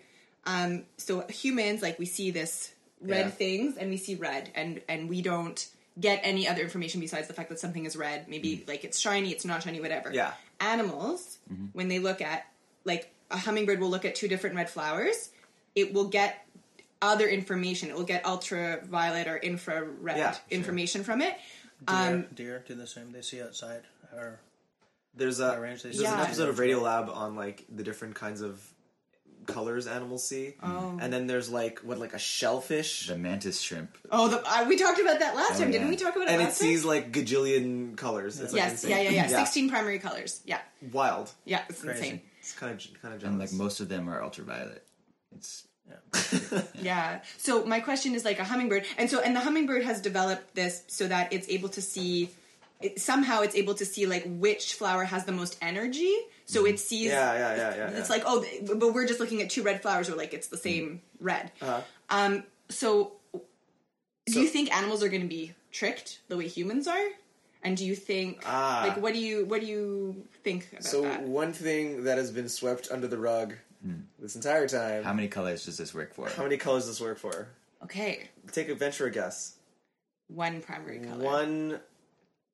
Speaker 3: um, so humans like we see this red
Speaker 2: Mm-hmm. Yeah.
Speaker 3: things and we see red and and we don't get any other information besides the fact that something is red. Maybe like it's shiny, it's not shiny, whatever.
Speaker 2: Mm. Yeah. Mm-hmm.
Speaker 3: Animals, when they look at like a hummingbird will look at two different red flowers, it will get other information. It will get ultraviolet or infrared
Speaker 2: Yeah, sure.
Speaker 3: information from it. Um,
Speaker 1: deer, deer do the same. They see outside or
Speaker 2: There's a
Speaker 1: I arranged this.
Speaker 2: there's an
Speaker 3: Yeah.
Speaker 2: episode of Radio Lab on like the different kinds of colors animals see,
Speaker 3: Oh.
Speaker 2: and then there's like what like a shellfish,
Speaker 4: The mantis shrimp.
Speaker 3: Oh, the, uh, we talked about that last
Speaker 4: Oh,
Speaker 3: time,
Speaker 4: yeah.
Speaker 3: didn't we talk about it
Speaker 2: and it
Speaker 3: last time?
Speaker 2: sees like gajillion colors. It's like
Speaker 3: yes,
Speaker 2: insane.
Speaker 3: yeah, yeah, yeah, Sixteen primary colors. Yeah,
Speaker 2: Wild.
Speaker 3: yeah, it's
Speaker 1: Crazy.
Speaker 3: insane.
Speaker 2: It's kind of kind of
Speaker 4: And
Speaker 2: jealous.
Speaker 4: um, like most of them are ultraviolet. It's
Speaker 3: Yeah. So my question is like a hummingbird, and so and the hummingbird has developed this so that it's able to see. It, somehow it's able to see like which flower has the most energy, so it sees.
Speaker 2: yeah, yeah, yeah, yeah.
Speaker 3: It's
Speaker 2: yeah.
Speaker 3: like oh, th- but we're just looking at two red flowers, or like it's the same red.
Speaker 2: Uh-huh.
Speaker 3: Um. So, do
Speaker 2: So-
Speaker 3: you think animals are going to be tricked the way humans are? And do you think
Speaker 2: Ah.
Speaker 3: like what do you what do you think about
Speaker 2: So
Speaker 3: that?
Speaker 2: one thing that has been swept under the rug this entire time.
Speaker 4: Hmm. how many colors does this work for?
Speaker 2: how many colors does this work for?
Speaker 3: Okay,
Speaker 2: Take a venture a guess.
Speaker 3: one primary color.
Speaker 2: One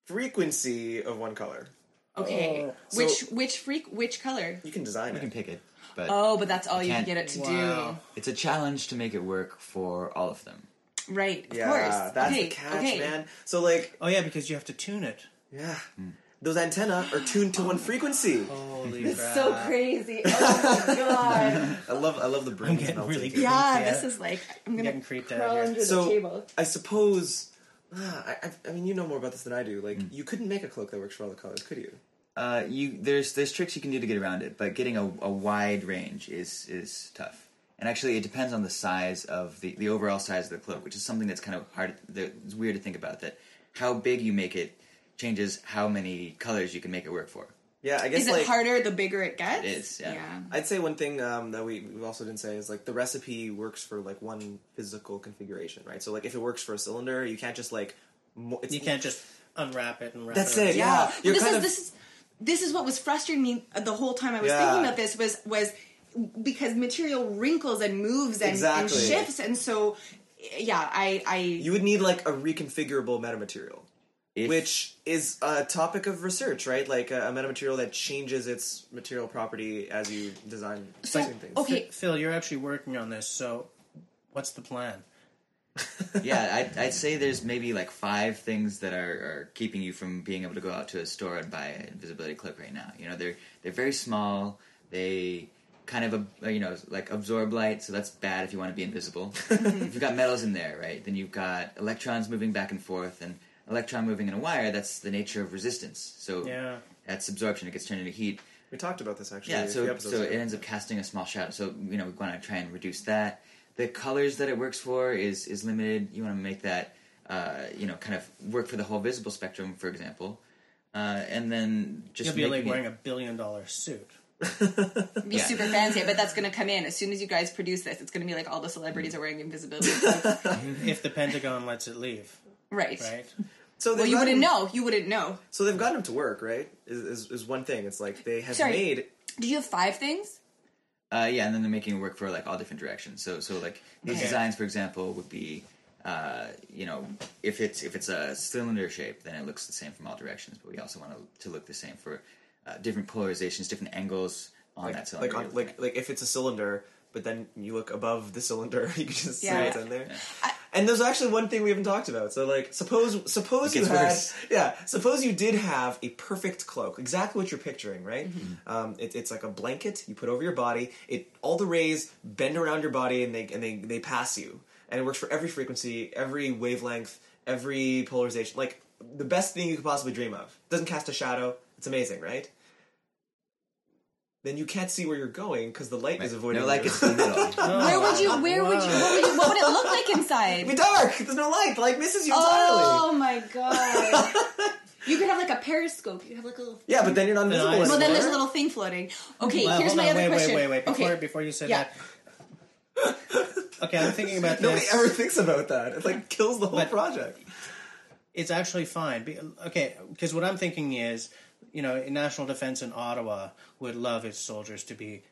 Speaker 2: frequency of one color.
Speaker 3: Okay.
Speaker 2: Oh, So-
Speaker 3: which which freak which color?
Speaker 2: You can design
Speaker 4: You can
Speaker 2: it.
Speaker 4: pick it, but
Speaker 3: Oh, but that's all you can get
Speaker 4: can't-
Speaker 3: it to
Speaker 1: Wow.
Speaker 4: it's a challenge to make it work for all of them.
Speaker 3: do. Right. Of
Speaker 2: Yeah,
Speaker 3: course.
Speaker 2: that's the
Speaker 3: okay.
Speaker 2: catch,
Speaker 3: okay.
Speaker 2: man. So like,
Speaker 1: Oh yeah, because you have to tune it.
Speaker 2: yeah,
Speaker 1: Hmm.
Speaker 2: those antennae are tuned to one frequency.
Speaker 1: Holy crap!
Speaker 3: So crazy. Oh my god.
Speaker 2: I love, I love the brain
Speaker 1: I'm getting
Speaker 2: melting.
Speaker 1: really
Speaker 3: yeah,
Speaker 1: Yeah.
Speaker 3: this is like I'm gonna
Speaker 1: Getting creeped out
Speaker 3: crawl
Speaker 1: here.
Speaker 3: under
Speaker 2: So-
Speaker 3: the table.
Speaker 2: I suppose. ah, I, I- I mean, you know more about this than I do.
Speaker 1: Hmm.
Speaker 2: Like, you couldn't make a cloak that works for all the colors, could you?
Speaker 4: Uh, you there's there's tricks you can do to get around it, but getting a, a wide range is is tough. And actually, it depends on the size of the the overall size of the cloak, which is something that's kind of hard. That it's weird to think about that how big you make it changes how many colors you can make it work for.
Speaker 2: Yeah, I guess
Speaker 3: Is it
Speaker 2: like
Speaker 3: harder the bigger it gets?
Speaker 4: It is, yeah.
Speaker 2: I'd say one thing um, that we, we also didn't say is like the recipe works for like one physical configuration, right? So like if it works for a cylinder, you can't just like mo- it's,
Speaker 1: You can't just unwrap it and wrap
Speaker 2: That's
Speaker 1: it. around.
Speaker 2: it, yeah.
Speaker 3: Yeah.
Speaker 2: You're
Speaker 3: this
Speaker 2: kind
Speaker 3: is
Speaker 2: of-
Speaker 3: this is this is what was frustrating me uh, the whole time I was
Speaker 2: Yeah.
Speaker 3: thinking about this was was because material wrinkles and moves and,
Speaker 2: Exactly.
Speaker 3: and shifts and so yeah, I I
Speaker 2: You would need like a reconfigurable metamaterial,
Speaker 4: If-
Speaker 2: which is a topic of research, right? Like a, a metamaterial that changes its material property as you design
Speaker 3: so,
Speaker 2: certain things.
Speaker 3: okay,
Speaker 1: Phil, you're actually working on this, so what's the plan?
Speaker 4: yeah, I'd, I'd say there's maybe like five things that are, are keeping you from being able to go out to a store and buy an invisibility cloak right now. You know, they're they're very small. They kind of ab- uh, you know like absorb light, so that's bad if you want to be invisible. if you've got metals in there, right? Then you've got electrons moving back and forth, and electron moving in a wire. That's the nature of resistance. So
Speaker 1: Yeah.
Speaker 4: that's absorption. It gets turned into heat.
Speaker 2: We talked about this actually.
Speaker 4: Yeah,
Speaker 2: a few
Speaker 4: so
Speaker 2: episodes
Speaker 4: so
Speaker 2: ago.
Speaker 4: it ends up casting a small shadow. So you know we want to try and reduce that. The colors that it works for is is limited. You want to make that uh, you know kind of work for the whole visible spectrum, for example. Uh, and then just
Speaker 1: You'll be like
Speaker 4: making it-
Speaker 1: wearing a billion dollar suit.
Speaker 3: be
Speaker 4: Yeah.
Speaker 3: super fancy, but that's gonna come in as soon as you guys produce this. It's gonna be like all the celebrities are wearing invisibility, cloaks.
Speaker 1: if the Pentagon lets it leave,
Speaker 3: right?
Speaker 1: right?
Speaker 2: so
Speaker 3: Well,
Speaker 2: they've
Speaker 3: you
Speaker 2: gotten-
Speaker 3: wouldn't know. You wouldn't know.
Speaker 2: So they've gotten them to work, right? Is, is, is one thing. It's like they have
Speaker 3: Sorry.
Speaker 2: made
Speaker 3: Did you have five things?
Speaker 4: Uh, yeah, and then they're making it work for like all different directions. So, so like these
Speaker 1: Okay.
Speaker 4: designs, for example, would be, uh, you know, if it's if it's a cylinder shape, then it looks the same from all directions. But we also want it to look the same for uh, different polarizations, different angles on that cylinder.
Speaker 2: like on,
Speaker 4: you're looking
Speaker 2: like like if it's a cylinder, but then you look above the cylinder, you can just see
Speaker 3: Yeah.
Speaker 2: what's in there. and there's actually one thing we haven't talked about. So like suppose suppose
Speaker 4: It
Speaker 2: you
Speaker 4: gets
Speaker 2: had
Speaker 4: worse.
Speaker 2: yeah suppose you did have a perfect cloak, exactly what you're picturing, right?
Speaker 4: Mm-hmm.
Speaker 2: Um, it, it's like a blanket you put over your body. It all the rays bend around your body and they and they they pass you, and it works for every frequency, every wavelength, every polarization. Like the best thing you could possibly dream of. Doesn't cast a shadow. It's amazing, right? Then you can't see where you're going because the light
Speaker 4: at
Speaker 2: is
Speaker 4: it.
Speaker 2: avoiding.
Speaker 4: No, like
Speaker 2: you.
Speaker 4: it's the middle.
Speaker 2: Oh
Speaker 3: Where would you? Where would you? What would, you, what would it look like
Speaker 2: It'd be
Speaker 3: inside?
Speaker 2: dark. There's no light. The light misses you entirely.
Speaker 3: Oh my god! You could have like a periscope. You have like a little.
Speaker 2: Yeah, but then you're not
Speaker 1: Then I-
Speaker 2: invisible.
Speaker 3: Well, then
Speaker 2: anymore.
Speaker 3: there's a little thing floating. Okay,
Speaker 1: Well,
Speaker 3: here's
Speaker 1: hold
Speaker 3: my
Speaker 1: on,
Speaker 3: other
Speaker 1: wait,
Speaker 3: question.
Speaker 1: Wait, wait, Before,
Speaker 3: okay,
Speaker 1: before you said
Speaker 3: Yeah.
Speaker 1: that. Okay, I'm thinking about
Speaker 2: Nobody
Speaker 1: this.
Speaker 2: ever thinks about that. It like kills the whole
Speaker 1: But-
Speaker 2: project.
Speaker 1: it's actually fine. Be- Okay, because what I'm thinking is, you know, National Defense in Ottawa would love its soldiers to be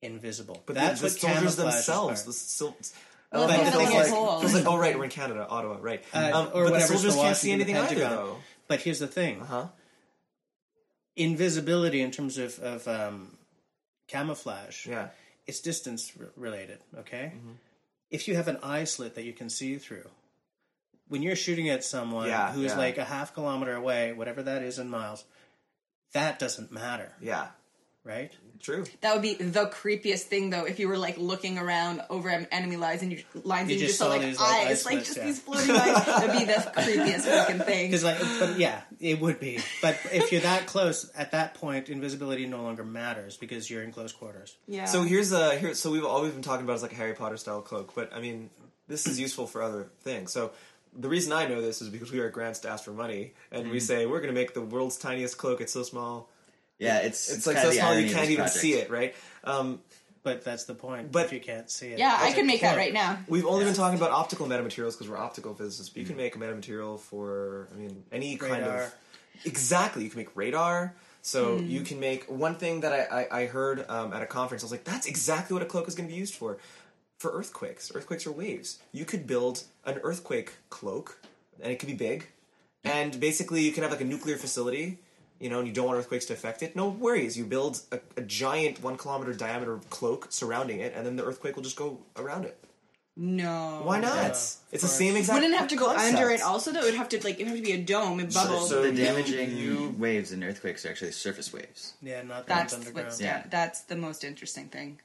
Speaker 1: invisible. But that's
Speaker 2: the,
Speaker 1: what
Speaker 2: soldiers
Speaker 1: camouflage is
Speaker 2: themselves.
Speaker 1: part.
Speaker 2: The sol-
Speaker 3: Well,
Speaker 1: But
Speaker 3: if you
Speaker 1: the
Speaker 3: have a
Speaker 1: thing
Speaker 3: little
Speaker 1: is-
Speaker 3: hole.
Speaker 2: It's like, oh right, we're in Canada, Ottawa, right?
Speaker 1: Uh,
Speaker 2: Um,
Speaker 1: or
Speaker 2: but the
Speaker 1: whatever's
Speaker 2: soldiers
Speaker 1: the
Speaker 2: can't
Speaker 1: Washington
Speaker 2: see anything either,
Speaker 1: Pentagon.
Speaker 2: though.
Speaker 1: But here's the thing:
Speaker 2: Uh-huh.
Speaker 1: invisibility in terms of of um, camouflage,
Speaker 2: Yeah, Mm-hmm.
Speaker 1: it's distance re- related. Okay, if you have an eye slit that you can see through, when you're shooting at someone
Speaker 2: Yeah,
Speaker 1: who's
Speaker 2: yeah.
Speaker 1: like a half kilometer away, whatever that is in miles, that doesn't matter,
Speaker 2: Yeah,
Speaker 1: right?
Speaker 2: true.
Speaker 3: That would be the creepiest thing, though, if you were like looking around over en- enemy lines and you lines
Speaker 1: You
Speaker 3: and you
Speaker 1: just
Speaker 3: just saw
Speaker 1: saw
Speaker 3: like
Speaker 1: these, like,
Speaker 3: eyes,
Speaker 1: eyes
Speaker 3: like
Speaker 1: flits,
Speaker 3: just
Speaker 1: yeah.
Speaker 3: these floating eyes. That'd be the creepiest fucking thing.
Speaker 1: Because like, but yeah, it would be. But if you're that close, at that point, invisibility no longer matters because you're in close quarters.
Speaker 3: Yeah.
Speaker 2: So here's a here. So we've always been talking about is like a Harry Potter style cloak, but I mean, this is useful for other things. So the reason I know this is because we are at Grant's to ask for money, and
Speaker 4: Mm-hmm.
Speaker 2: we say we're going to make the world's tiniest cloak. It's so small.
Speaker 4: Yeah, it's
Speaker 2: It's, like
Speaker 4: kinda
Speaker 2: so
Speaker 4: the
Speaker 2: small
Speaker 4: irony
Speaker 2: you
Speaker 4: of
Speaker 2: can't
Speaker 4: this
Speaker 2: even
Speaker 4: project.
Speaker 2: see it, right? Um,
Speaker 1: But that's the point.
Speaker 2: But-
Speaker 1: if you can't see it,
Speaker 3: yeah,
Speaker 1: as
Speaker 3: I
Speaker 1: a
Speaker 3: can make that
Speaker 1: cloak.
Speaker 3: right now.
Speaker 2: We've only been talking about optical metamaterials because we're optical physicists. But you can make a metamaterial for, I mean, any kind of.
Speaker 1: Radar.
Speaker 2: Exactly, you can make radar. So you can make one thing that I I, I heard um, at a conference. I was like, that's exactly what a cloak is going to be used for, for earthquakes. Earthquakes are waves. You could build an earthquake cloak, and it could be big. And basically, you can have like a nuclear facility, you know, and you don't want earthquakes to affect it. No worries. You build a, a giant one kilometer diameter cloak surrounding it, and then the earthquake will just go around it.
Speaker 3: No.
Speaker 2: Why not?
Speaker 1: Yeah,
Speaker 2: it's
Speaker 1: of
Speaker 2: the
Speaker 1: course.
Speaker 2: same exact.
Speaker 3: Wouldn't it have to go
Speaker 2: concept.
Speaker 3: under it also though. It'd have to like it'd have to be a dome, a bubble.
Speaker 2: so-
Speaker 4: The
Speaker 2: You-
Speaker 4: damaging
Speaker 2: you-
Speaker 4: waves and earthquakes are actually surface waves.
Speaker 1: Yeah, not the ones
Speaker 3: that's
Speaker 1: underground.
Speaker 3: what's
Speaker 4: Yeah.
Speaker 3: that's the most interesting thing.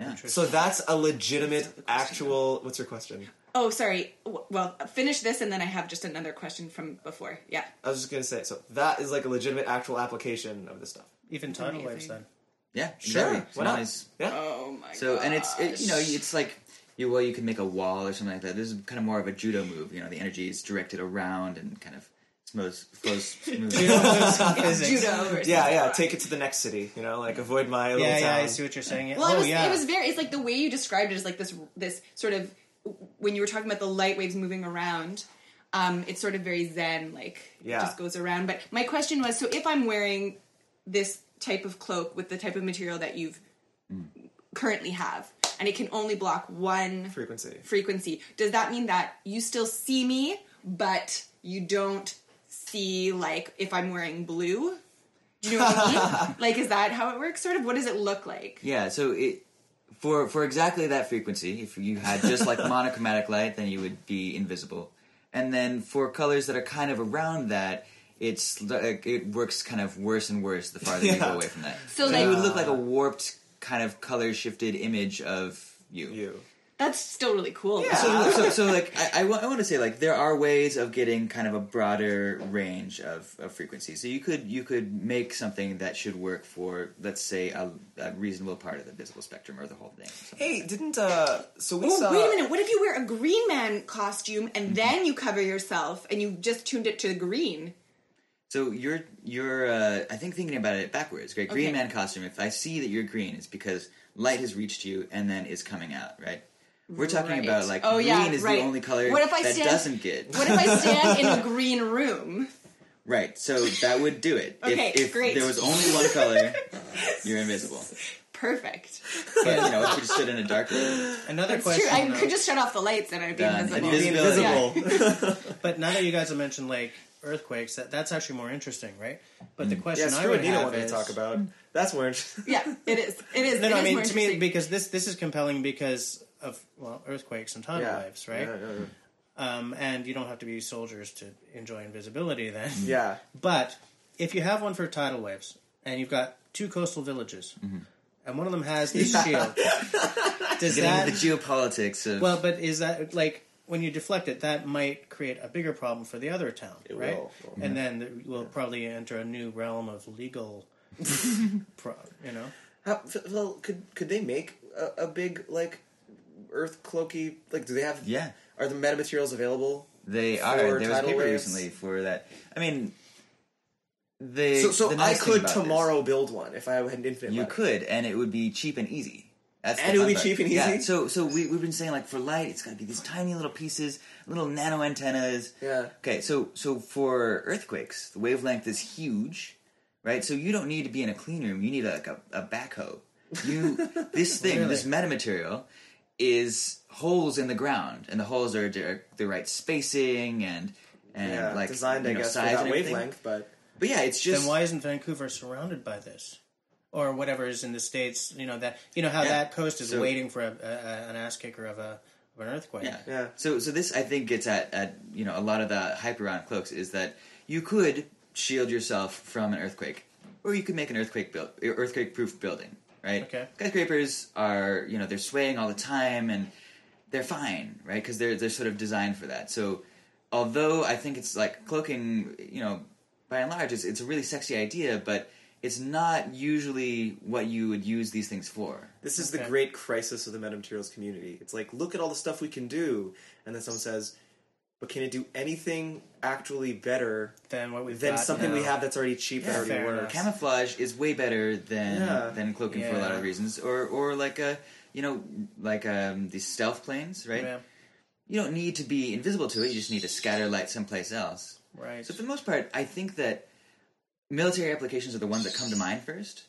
Speaker 4: Yeah.
Speaker 2: So that's a legitimate, actual. What's your question?
Speaker 3: Oh, sorry. W- Well, finish this, and then I have just another question from before. Yeah.
Speaker 2: I was just gonna say. So that is like a legitimate, actual application of this stuff.
Speaker 1: Even tidal
Speaker 3: amazing.
Speaker 1: waves then.
Speaker 4: Yeah,
Speaker 2: Sure,
Speaker 4: exactly.
Speaker 2: why not?
Speaker 4: Nice.
Speaker 2: Yeah.
Speaker 3: Oh my.
Speaker 4: So
Speaker 3: God.
Speaker 4: and it's it, you know it's like you well you can make a wall or something like that. This is kind of more of a judo move. You know the energy is directed around and kind of smooths flows smoothly.
Speaker 1: Physics.
Speaker 3: judo. Versus
Speaker 2: yeah, yeah. Take it to the next city. You know, like avoid my little
Speaker 1: Yeah,
Speaker 2: town.
Speaker 1: yeah, I see what you're saying. Yeah.
Speaker 3: Well,
Speaker 1: oh
Speaker 3: it was
Speaker 1: yeah,
Speaker 3: it was very. It's like the way you described it is like this this sort of when you were talking about the light waves moving around. Um, it's sort of very zen, like
Speaker 2: Yeah.
Speaker 3: it just goes around. But my question was, so if I'm wearing this type of cloak with the type of material that you've
Speaker 1: Mm.
Speaker 3: currently have, and it can only block one
Speaker 2: frequency.
Speaker 3: frequency. Does that mean that you still see me, but you don't see like if I'm wearing blue? Do you know what I mean? like, is that how it works? Sort of. What does it look like?
Speaker 4: yeah. So it for for exactly that frequency. If you had just like monochromatic light, then you would be invisible. And then for colors that are kind of around that, it's like it works kind of worse and worse the farther you
Speaker 2: Yeah.
Speaker 4: go away from that.
Speaker 3: So,
Speaker 4: you
Speaker 3: like-
Speaker 4: would look like a warped kind of color shifted image of
Speaker 2: You.
Speaker 3: That's still really cool. Yeah.
Speaker 4: so, so, so like I, I, want, I want to say like there are ways of getting kind of a broader range of, of frequencies. So you could you could make something that should work for let's say a, a reasonable part of the visible spectrum or the whole thing. something
Speaker 2: Hey,
Speaker 4: like
Speaker 2: didn't uh? So we
Speaker 3: Oh,
Speaker 2: saw.
Speaker 3: wait a minute. What if you wear a green man costume
Speaker 1: Mm-hmm.
Speaker 3: and then you cover yourself and you just tuned it to green?
Speaker 4: that. so you're you're uh, I think thinking about it backwards. Great green
Speaker 3: Okay.
Speaker 4: man costume. If I see that you're green, it's because light has reached you and then is coming out. Right. We're talking
Speaker 3: Right.
Speaker 4: about like
Speaker 3: Oh,
Speaker 4: green
Speaker 3: yeah,
Speaker 4: is
Speaker 3: right.
Speaker 4: the only color
Speaker 3: What if I
Speaker 4: that
Speaker 3: stand-
Speaker 4: doesn't get
Speaker 3: What if I stand in a green room?
Speaker 4: right. So that would do it.
Speaker 3: Okay,
Speaker 4: if, if
Speaker 3: great.
Speaker 4: there was only one color, you're invisible.
Speaker 3: Perfect.
Speaker 4: But you know, if you just stood in a dark room,
Speaker 1: another
Speaker 3: It's
Speaker 1: question.
Speaker 3: true. I
Speaker 1: though.
Speaker 3: could just shut off the lights and I'd be
Speaker 4: Done.
Speaker 3: invisible.
Speaker 4: Invisibility.
Speaker 2: Invisible.
Speaker 1: But now that you guys have mentioned like earthquakes, that, that's actually more interesting, right? But the
Speaker 2: Hmm. Yeah,
Speaker 1: question I
Speaker 2: screw
Speaker 1: would
Speaker 2: it. You don't
Speaker 1: have
Speaker 2: want to
Speaker 1: is
Speaker 2: talk about. That's more interesting.
Speaker 3: Yeah, it is. It is.
Speaker 1: no, no. I
Speaker 3: it is
Speaker 1: mean,
Speaker 3: more
Speaker 1: to me,
Speaker 3: interesting.
Speaker 1: because this this is compelling because of well, earthquakes and tidal waves, right?
Speaker 2: Yeah, yeah, yeah.
Speaker 1: Um, and you don't have to be soldiers to enjoy invisibility then.
Speaker 2: Yeah.
Speaker 1: But if you have one for tidal waves and you've got two coastal villages, and one of them has this shield, does
Speaker 4: getting
Speaker 1: that
Speaker 4: into the geopolitics of
Speaker 1: Well, but is that like when you deflect it, that might create a bigger problem for the other town, right?
Speaker 2: will.
Speaker 1: And then th- we'll probably enter a new realm of legal, pro- you know.
Speaker 2: How, f- well, could could they make a, a big like earth cloaky? Like, do they have?
Speaker 4: Yeah.
Speaker 2: Are the metamaterials available?
Speaker 4: they
Speaker 2: for
Speaker 4: are. There was a
Speaker 2: tidal
Speaker 4: paper
Speaker 2: waves?
Speaker 4: recently for that. I mean, they.
Speaker 2: So, so
Speaker 4: the nice
Speaker 2: I
Speaker 4: thing
Speaker 2: could
Speaker 4: about this-
Speaker 2: tomorrow build one if I had an infinite.
Speaker 4: you
Speaker 2: money.
Speaker 4: could, and it would be cheap and easy. That's the
Speaker 2: And it would
Speaker 4: fun
Speaker 2: be
Speaker 4: part.
Speaker 2: cheap and
Speaker 4: Yeah,
Speaker 2: easy?
Speaker 4: So, so we, we've been saying like for light, it's got to be these tiny little pieces, little nano antennas.
Speaker 2: Yeah.
Speaker 4: Okay, so so for earthquakes, the wavelength is huge, right? So you don't need to be in a clean room. You need like a, a backhoe. You this thing, this metamaterial, is holes in the ground, and the holes are di- the right spacing and and
Speaker 2: Yeah,
Speaker 4: like
Speaker 2: designed,
Speaker 4: you
Speaker 2: I
Speaker 4: know,
Speaker 2: guess, for
Speaker 4: size
Speaker 2: that
Speaker 4: and everything.
Speaker 2: wavelength, but
Speaker 4: But yeah, it's just
Speaker 1: Then why isn't Vancouver surrounded by this, or whatever is in the states? You know that you know how
Speaker 4: Yeah.
Speaker 1: that coast is
Speaker 4: So-
Speaker 1: waiting for a, a, a- an ass kicker of a of an earthquake.
Speaker 4: Yeah.
Speaker 2: Yeah.
Speaker 4: So so this I think gets at, at you know a lot of the hype around cloaks is that you could shield yourself from an earthquake. or you could make an earthquake build, earthquake-proof building, right?
Speaker 1: Okay.
Speaker 4: Skyscrapers are, you know, they're swaying all the time and they're fine, right? Because they're they're sort of designed for that. So, although I think it's like cloaking, you know, by and large, it's it's a really sexy idea, but it's not usually what you would use these things for.
Speaker 2: This is
Speaker 1: Okay.
Speaker 2: the great crisis of the metamaterials community. It's like, look at all the stuff we can do, and then someone says, "But can it do anything actually better
Speaker 1: Then what we've
Speaker 2: than
Speaker 1: got
Speaker 2: something we
Speaker 1: now.
Speaker 2: have that's already cheap that
Speaker 1: fair
Speaker 2: already works?"
Speaker 1: enough.
Speaker 4: camouflage is way better than
Speaker 2: Yeah.
Speaker 4: than cloaking for a lot
Speaker 1: Yeah.
Speaker 4: of reasons or or like a you know like um these stealth planes right
Speaker 1: Yeah,
Speaker 4: you don't need to be invisible to it you just need to scatter light someplace else
Speaker 1: right.
Speaker 4: so for the most part i think that military applications are the ones that come to mind first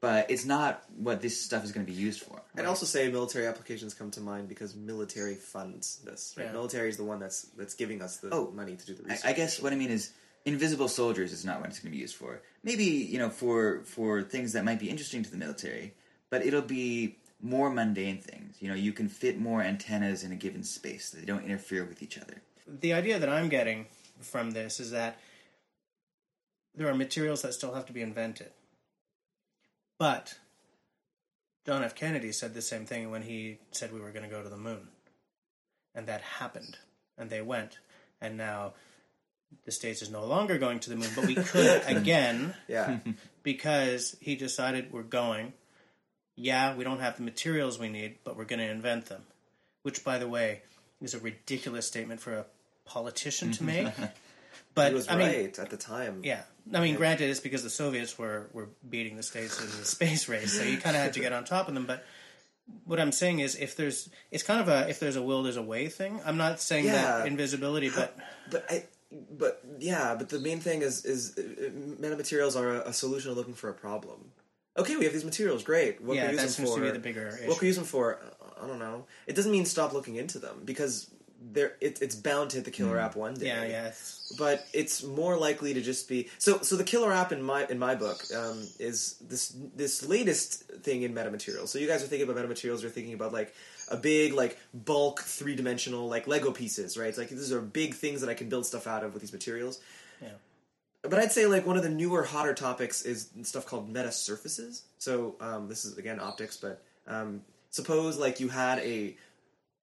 Speaker 4: but it's not what this stuff is going to be used for
Speaker 2: I'd also say military applications come to mind because military funds this. Right?
Speaker 1: Yeah.
Speaker 2: Military is the one that's that's giving us the
Speaker 4: Oh,
Speaker 2: money to do the research.
Speaker 4: I, I guess what I mean is invisible soldiers is not what it's going to be used for. Maybe you know for for things that might be interesting to the military, but it'll be more mundane things. You know, you can fit more antennas in a given space; they don't interfere with each other.
Speaker 1: the idea that I'm getting from this is that there are materials that still have to be invented. But John F. Kennedy said the same thing when he said we were going to go to the moon. And that happened. And they went. And now the States is no longer going to the moon, but we could again
Speaker 2: yeah.
Speaker 1: because he decided we're going. Yeah, we don't have the materials we need, but we're going to invent them. Which, by the way, is a ridiculous statement for a politician to make. But
Speaker 2: He was
Speaker 1: I
Speaker 2: right
Speaker 1: mean,
Speaker 2: at the time.
Speaker 1: yeah. I mean, granted, it's because the Soviets were, were beating the States in the space race, so you kind of had to get on top of them. But what I'm saying is, if there's, it's kind of a if there's a will, there's a way thing. I'm not saying
Speaker 2: Yeah.
Speaker 1: that invisibility, but
Speaker 2: But I, but yeah, but the main thing is is uh, metamaterials are a, a solution to looking for a problem. Okay, we have these materials. Great. What
Speaker 1: Yeah,
Speaker 2: can we use
Speaker 1: that
Speaker 2: them
Speaker 1: seems
Speaker 2: for?
Speaker 1: to be the bigger
Speaker 2: What
Speaker 1: issue.
Speaker 2: can we use them for? Uh, I don't know. It doesn't mean stop looking into them because they're it, it's bound to hit the killer app one day.
Speaker 1: Hmm. yeah, yeah, it's,
Speaker 2: but it's more likely to just be so. So the killer app in my in my book um, is this this latest thing in metamaterials. So you guys are thinking about metamaterials. You're thinking about like a big like bulk three dimensional like Lego pieces, right? It's like these are big things that I can build stuff out of with these materials.
Speaker 1: Yeah.
Speaker 2: But I'd say like one of the newer hotter topics is stuff called meta surfaces. So um, this is again optics, but um, suppose like you had a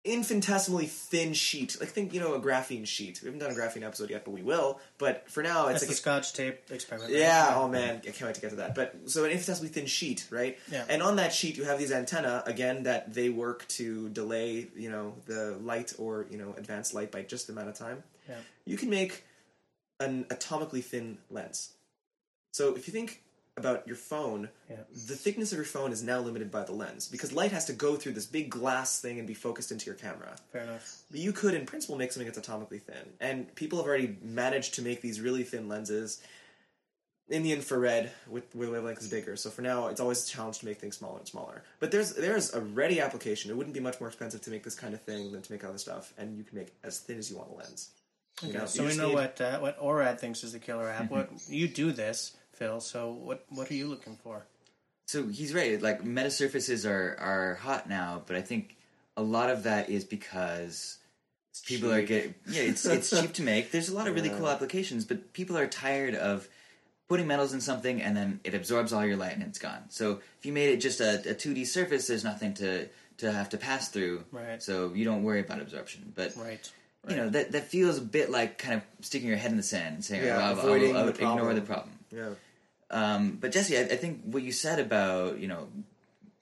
Speaker 2: infinitesimally thin sheet. Like think, you know, a graphene sheet. We haven't done a graphene episode yet, but we will. But for now, it's
Speaker 1: that's the
Speaker 2: like a-
Speaker 1: Scotch tape experiment. right?
Speaker 2: yeah. Oh man, I can't wait to get to that. But so an infinitesimally thin sheet, right?
Speaker 1: Yeah.
Speaker 2: And on that sheet, you have these antenna again that they work to delay, you know, the light or you know advanced light by just the amount of time.
Speaker 1: Yeah.
Speaker 2: You can make an atomically thin lens. So if you think about your phone,
Speaker 1: Yeah.
Speaker 2: the thickness of your phone is now limited by the lens because light has to go through this big glass thing and be focused into your camera.
Speaker 1: fair enough.
Speaker 2: But you could, in principle, make something that's atomically thin. And people have already managed to make these really thin lenses in the infrared with where wavelength is bigger. So for now, it's always a challenge to make things smaller and smaller. But there's there's a ready application. It wouldn't be much more expensive to make this kind of thing than to make other stuff, and you can make as thin as you want a lens. You know,
Speaker 1: So
Speaker 2: you
Speaker 1: we
Speaker 2: just
Speaker 1: know
Speaker 2: need-
Speaker 1: what uh, what ORAD thinks is the killer app. What you do this, Phil? So what what are you looking for?
Speaker 4: So he's right. Like meta surfaces are are hot now, but I think a lot of that is because people are getting yeah, it's it's cheap to make. There's a lot of really cool applications, but people are tired of putting metals in something and then it absorbs all your light and it's gone. So if you made it just a, a 2D surface, there's nothing to to have to pass through.
Speaker 1: Right.
Speaker 4: So you don't worry about absorption. But
Speaker 1: Right.
Speaker 4: you know that that feels a bit like kind of sticking your head in the sand and saying,
Speaker 2: Yeah,
Speaker 4: "Oh, I'll- I'll-
Speaker 2: avoiding
Speaker 4: I'll
Speaker 2: the
Speaker 4: ignore
Speaker 2: problem."
Speaker 4: the problem."
Speaker 2: Yeah.
Speaker 4: Um, but Jesse, I, I think what you said about you know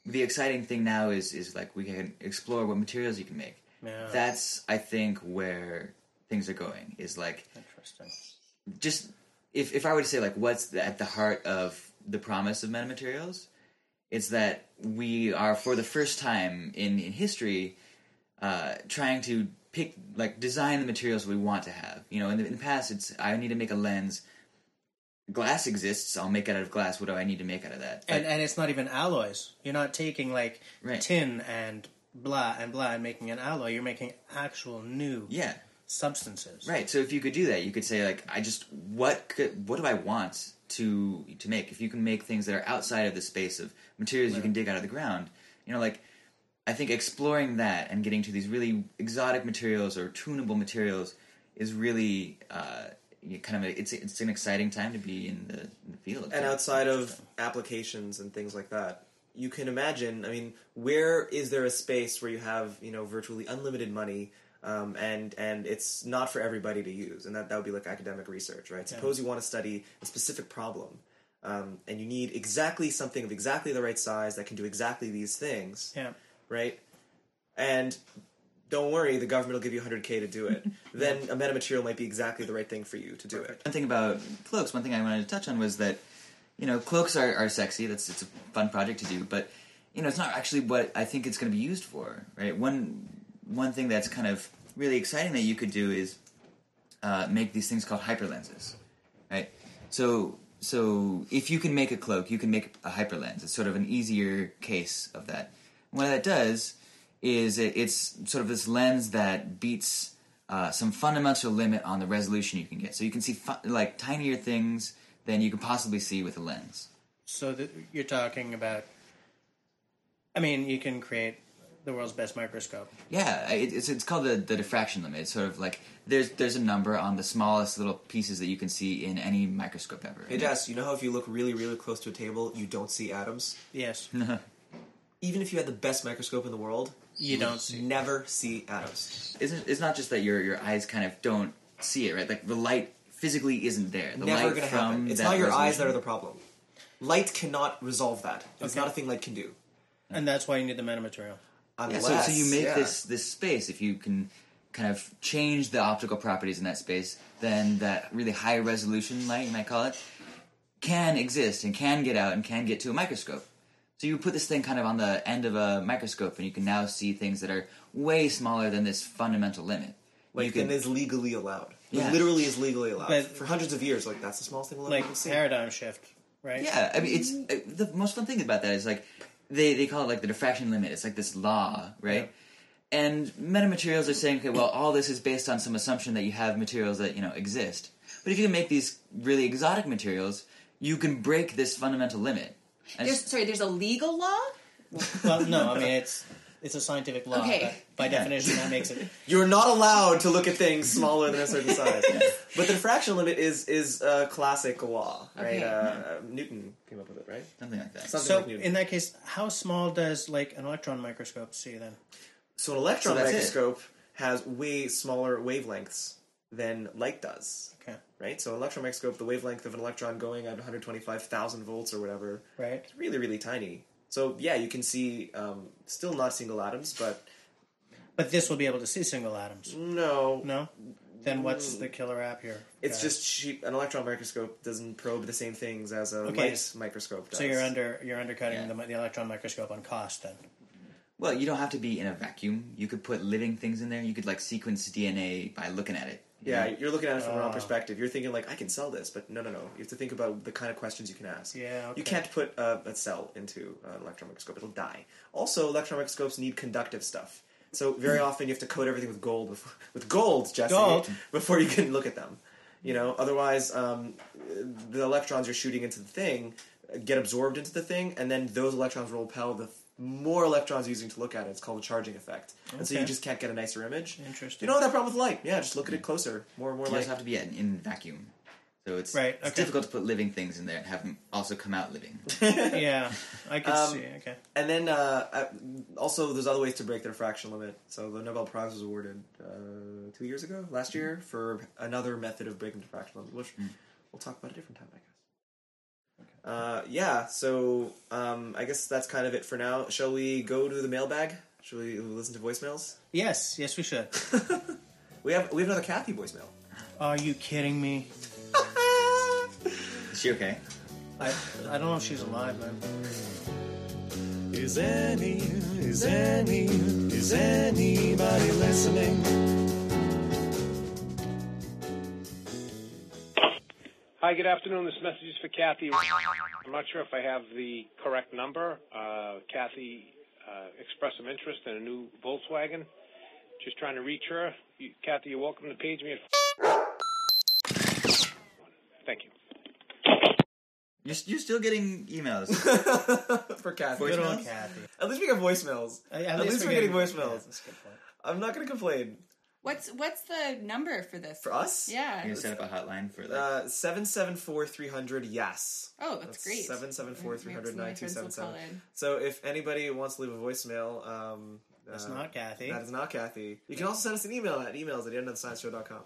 Speaker 4: the exciting thing now is is like we can explore what materials you can make.
Speaker 1: Yeah.
Speaker 4: That's I think where things are going is like
Speaker 1: Interesting.
Speaker 4: just if if I were to say like what's the, at the heart of the promise of metamaterials, it's that we are for the first time in in history uh, trying to pick like design the materials we want to have. You know, in the, in the past, it's I need to make a lens. Glass exists. I'll make it out of glass. What do I need to make out of that? But-
Speaker 1: And uh, and it's not even alloys. You're not taking like
Speaker 4: Right.
Speaker 1: tin and blah and blah and making an alloy. You're making actual new
Speaker 4: yeah,
Speaker 1: substances.
Speaker 4: Right. So if you could do that, you could say like, I just what could, what do I want to to make? If you can make things that are outside of the space of materials you can dig out of the ground, you know, like I think exploring that and getting to these really exotic materials or tunable materials is really uh, you kind of it's it's an exciting time to be in the, in the field.
Speaker 2: and outside of applications and things like that you can imagine i mean where is there a space where you have you know virtually unlimited money um, and and it's not for everybody to use and that, that would be like academic research right suppose you want to study a specific problem um, and you need exactly something of exactly the right size that can do exactly these things
Speaker 1: Yeah.
Speaker 2: right? And don't worry, the government will give you 100k to do it. then a metamaterial might be exactly the right thing for you to do it.
Speaker 4: one thing about cloaks, one thing I wanted to touch on was that you know cloaks are, are sexy. That's it's a fun project to do, but you know it's not actually what I think it's going to be used for. Right? One one thing that's kind of really exciting that you could do is uh, make these things called hyperlenses. Right? So so if you can make a cloak, you can make a hyperlens. It's sort of an easier case of that. And what that does is it, it's sort of this lens that beats uh, some fundamental limit on the resolution you can get. So you can see fu- like tinier things than you can possibly see with a lens.
Speaker 1: So th you're talking about. I mean, you can create the world's best microscope.
Speaker 4: Yeah, it, it's it's called the, the diffraction limit. It's sort of like there's there's a number on the smallest little pieces that you can see in any microscope ever.
Speaker 2: Hey Jess, you know how if you look really, really close to a table, you don't see atoms?
Speaker 1: Yes,
Speaker 2: Even if you had the best microscope in the world,
Speaker 1: you don't see.
Speaker 2: never see atoms.
Speaker 4: It's, it's not just that your your eyes kind of don't see it, right? Like the light physically isn't there. The
Speaker 2: never
Speaker 4: light
Speaker 2: gonna
Speaker 4: from
Speaker 2: happen. It's
Speaker 4: that
Speaker 2: not your eyes that
Speaker 4: resolution-
Speaker 2: are the problem. Light cannot resolve that. It's
Speaker 1: Okay.
Speaker 2: not a thing light can do.
Speaker 1: And that's why you need the metamaterial.
Speaker 4: Yeah,
Speaker 2: Unless,
Speaker 4: so, so you make
Speaker 2: yeah.
Speaker 4: this this space. If you can kind of change the optical properties in that space, then that really high resolution light, you might call it, can exist and can get out and can get to a microscope. So you put this thing kind of on the end of a microscope, and you can now see things that are way smaller than this fundamental limit.
Speaker 2: like
Speaker 4: you
Speaker 2: then
Speaker 4: can,
Speaker 2: is legally allowed. It
Speaker 4: Yeah.
Speaker 2: literally is legally allowed.
Speaker 1: But-
Speaker 2: For hundreds of years, like that's the smallest thing we'll
Speaker 1: Like
Speaker 2: ever see.
Speaker 1: paradigm shift, right?
Speaker 4: yeah, I mean, it's
Speaker 1: Mm.
Speaker 4: uh, the most fun thing about that is like they they call it like the diffraction limit. It's like this law, right? And metamaterials are saying, okay, well, all this is based on some assumption that you have materials that you know exist. But if you can make these really exotic materials, you can break this fundamental limit. And
Speaker 3: There's, sorry, there's a legal law.
Speaker 1: Well, no, I mean it's it's a scientific law.
Speaker 3: Okay.
Speaker 1: But by definition, that makes it.
Speaker 2: You're not allowed to look at things smaller than a certain size. But the diffraction limit is is a classic law, right?
Speaker 3: Okay.
Speaker 2: Uh, uh, Newton came up with it, right?
Speaker 4: something like that.
Speaker 2: Something
Speaker 1: So
Speaker 2: like Newton.
Speaker 1: in that case, how small does like an electron microscope see then?
Speaker 2: so an electron
Speaker 4: so that's it.
Speaker 2: microscope has way smaller wavelengths than light does,
Speaker 1: Okay.
Speaker 2: right? So an electron microscope, the wavelength of an electron going at 125,000 volts or whatever,
Speaker 1: Right.
Speaker 2: it's really really tiny. So yeah, you can see um, still not single atoms, but
Speaker 1: But this will be able to see single atoms.
Speaker 2: no,
Speaker 1: No. Then what's the killer app here? Uh,
Speaker 2: It's
Speaker 1: guys?
Speaker 2: just cheap. An electron microscope doesn't probe the same things as a
Speaker 1: Okay.
Speaker 2: light microscope does.
Speaker 1: so you're under you're undercutting
Speaker 4: Yeah.
Speaker 1: the, mi- the electron microscope on cost then.
Speaker 4: Well, you don't have to be in a vacuum. You could put living things in there. You could like sequence DNA by looking at it. you
Speaker 2: Yeah,
Speaker 4: know?
Speaker 2: you're looking at it from a wrong
Speaker 1: Uh,
Speaker 2: perspective. You're thinking like, I can sell this, but no, no, no. You have to think about the kind of questions you can ask.
Speaker 1: Yeah, okay.
Speaker 2: You can't put uh, a cell into an electron microscope; it'll die. Also, electron microscopes need conductive stuff. So very often you have to coat everything with gold before, with gold, Jesse,
Speaker 1: Hmm. Gold.
Speaker 2: before you can look at them. You know, otherwise um, the electrons you're shooting into the thing get absorbed into the thing, and then those electrons will repel the more electrons you're using to look at it. It's called the charging effect, and so you
Speaker 1: Okay.
Speaker 2: just can't get a nicer image.
Speaker 1: Interesting.
Speaker 2: You know that problem with light? Yeah, just look at it closer, more and more
Speaker 4: You
Speaker 2: light.
Speaker 4: also have to be in, in vacuum. So it's
Speaker 1: Right,
Speaker 4: it's
Speaker 1: okay.
Speaker 4: difficult to put living things in there and have them also come out living.
Speaker 1: yeah, I could
Speaker 2: Um,
Speaker 1: see. Okay.
Speaker 2: And then uh, I- also, there's other ways to break the diffraction limit. So the Nobel Prize was awarded uh, two years ago, last year, for another method of breaking the diffraction limit, which we'll talk about a different time, I guess. Uh, yeah, so um, I guess that's kind of it for now. Shall we go to the mailbag? Shall we listen to voicemails?
Speaker 1: Yes, yes, we should.
Speaker 2: We have we have another Kathy voicemail.
Speaker 1: Are you kidding me?
Speaker 4: Is she okay?
Speaker 1: I I don't know if she's alive, man.
Speaker 6: Is any, is any, is anybody listening?
Speaker 7: Hi, good afternoon. This message is for Kathy. I'm not sure if I have the correct number. Uh, Kathy uh, expressed some interest in a new Volkswagen. Just trying to reach her. You, Kathy, you're welcome to page me at. Thank you.
Speaker 4: You're, you're still getting emails.
Speaker 2: for Kathy.
Speaker 1: Good
Speaker 4: Voicemails?
Speaker 1: old Kathy.
Speaker 2: At least we got voicemails.
Speaker 1: I-
Speaker 2: At least we're getting voicemails.
Speaker 1: Yeah, that's a good point.
Speaker 2: I'm not gonna complain.
Speaker 3: What's what's the number for this?
Speaker 2: For us?
Speaker 4: I'm
Speaker 3: Yeah.
Speaker 4: gonna set up a hotline for that.
Speaker 2: Uh, 774 300 yes.
Speaker 3: Oh, that's, great.
Speaker 2: 774 300
Speaker 3: Maybe some of my friends will call
Speaker 2: 9277.
Speaker 3: in.
Speaker 2: So if anybody wants to leave a voicemail, um,
Speaker 1: That's
Speaker 2: uh,
Speaker 1: not Kathy.
Speaker 2: That is not Kathy. You can also send us an email at emails at yetanothersignshow.com.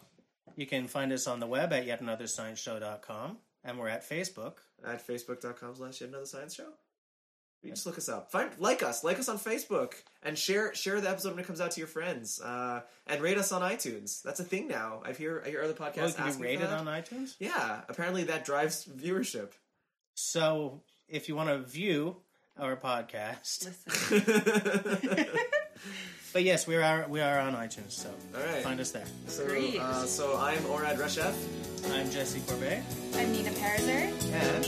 Speaker 1: You can find us on the web at yetanothersignshow.com, and we're at Facebook.
Speaker 2: At facebook.com slash yet another science show. You just look us up. Find like us, like us on Facebook, and share share the episode when it comes out to your friends. Uh, and rate us on iTunes. That's a thing now. I've hear I hear other
Speaker 1: Oh,
Speaker 2: podcasts
Speaker 1: can you
Speaker 2: asking
Speaker 1: rate
Speaker 2: for
Speaker 1: it
Speaker 2: that.
Speaker 1: on iTunes?
Speaker 2: Yeah, apparently that drives viewership.
Speaker 1: So if you want to view our podcast,
Speaker 3: Listen.
Speaker 1: but yes, we are we are on iTunes. So
Speaker 2: All right.
Speaker 1: find us there.
Speaker 2: So,
Speaker 3: Great.
Speaker 2: uh, so I'm Orad Reshev,
Speaker 1: I'm Jesse Corbet.
Speaker 3: I'm Nina Pariser.
Speaker 2: and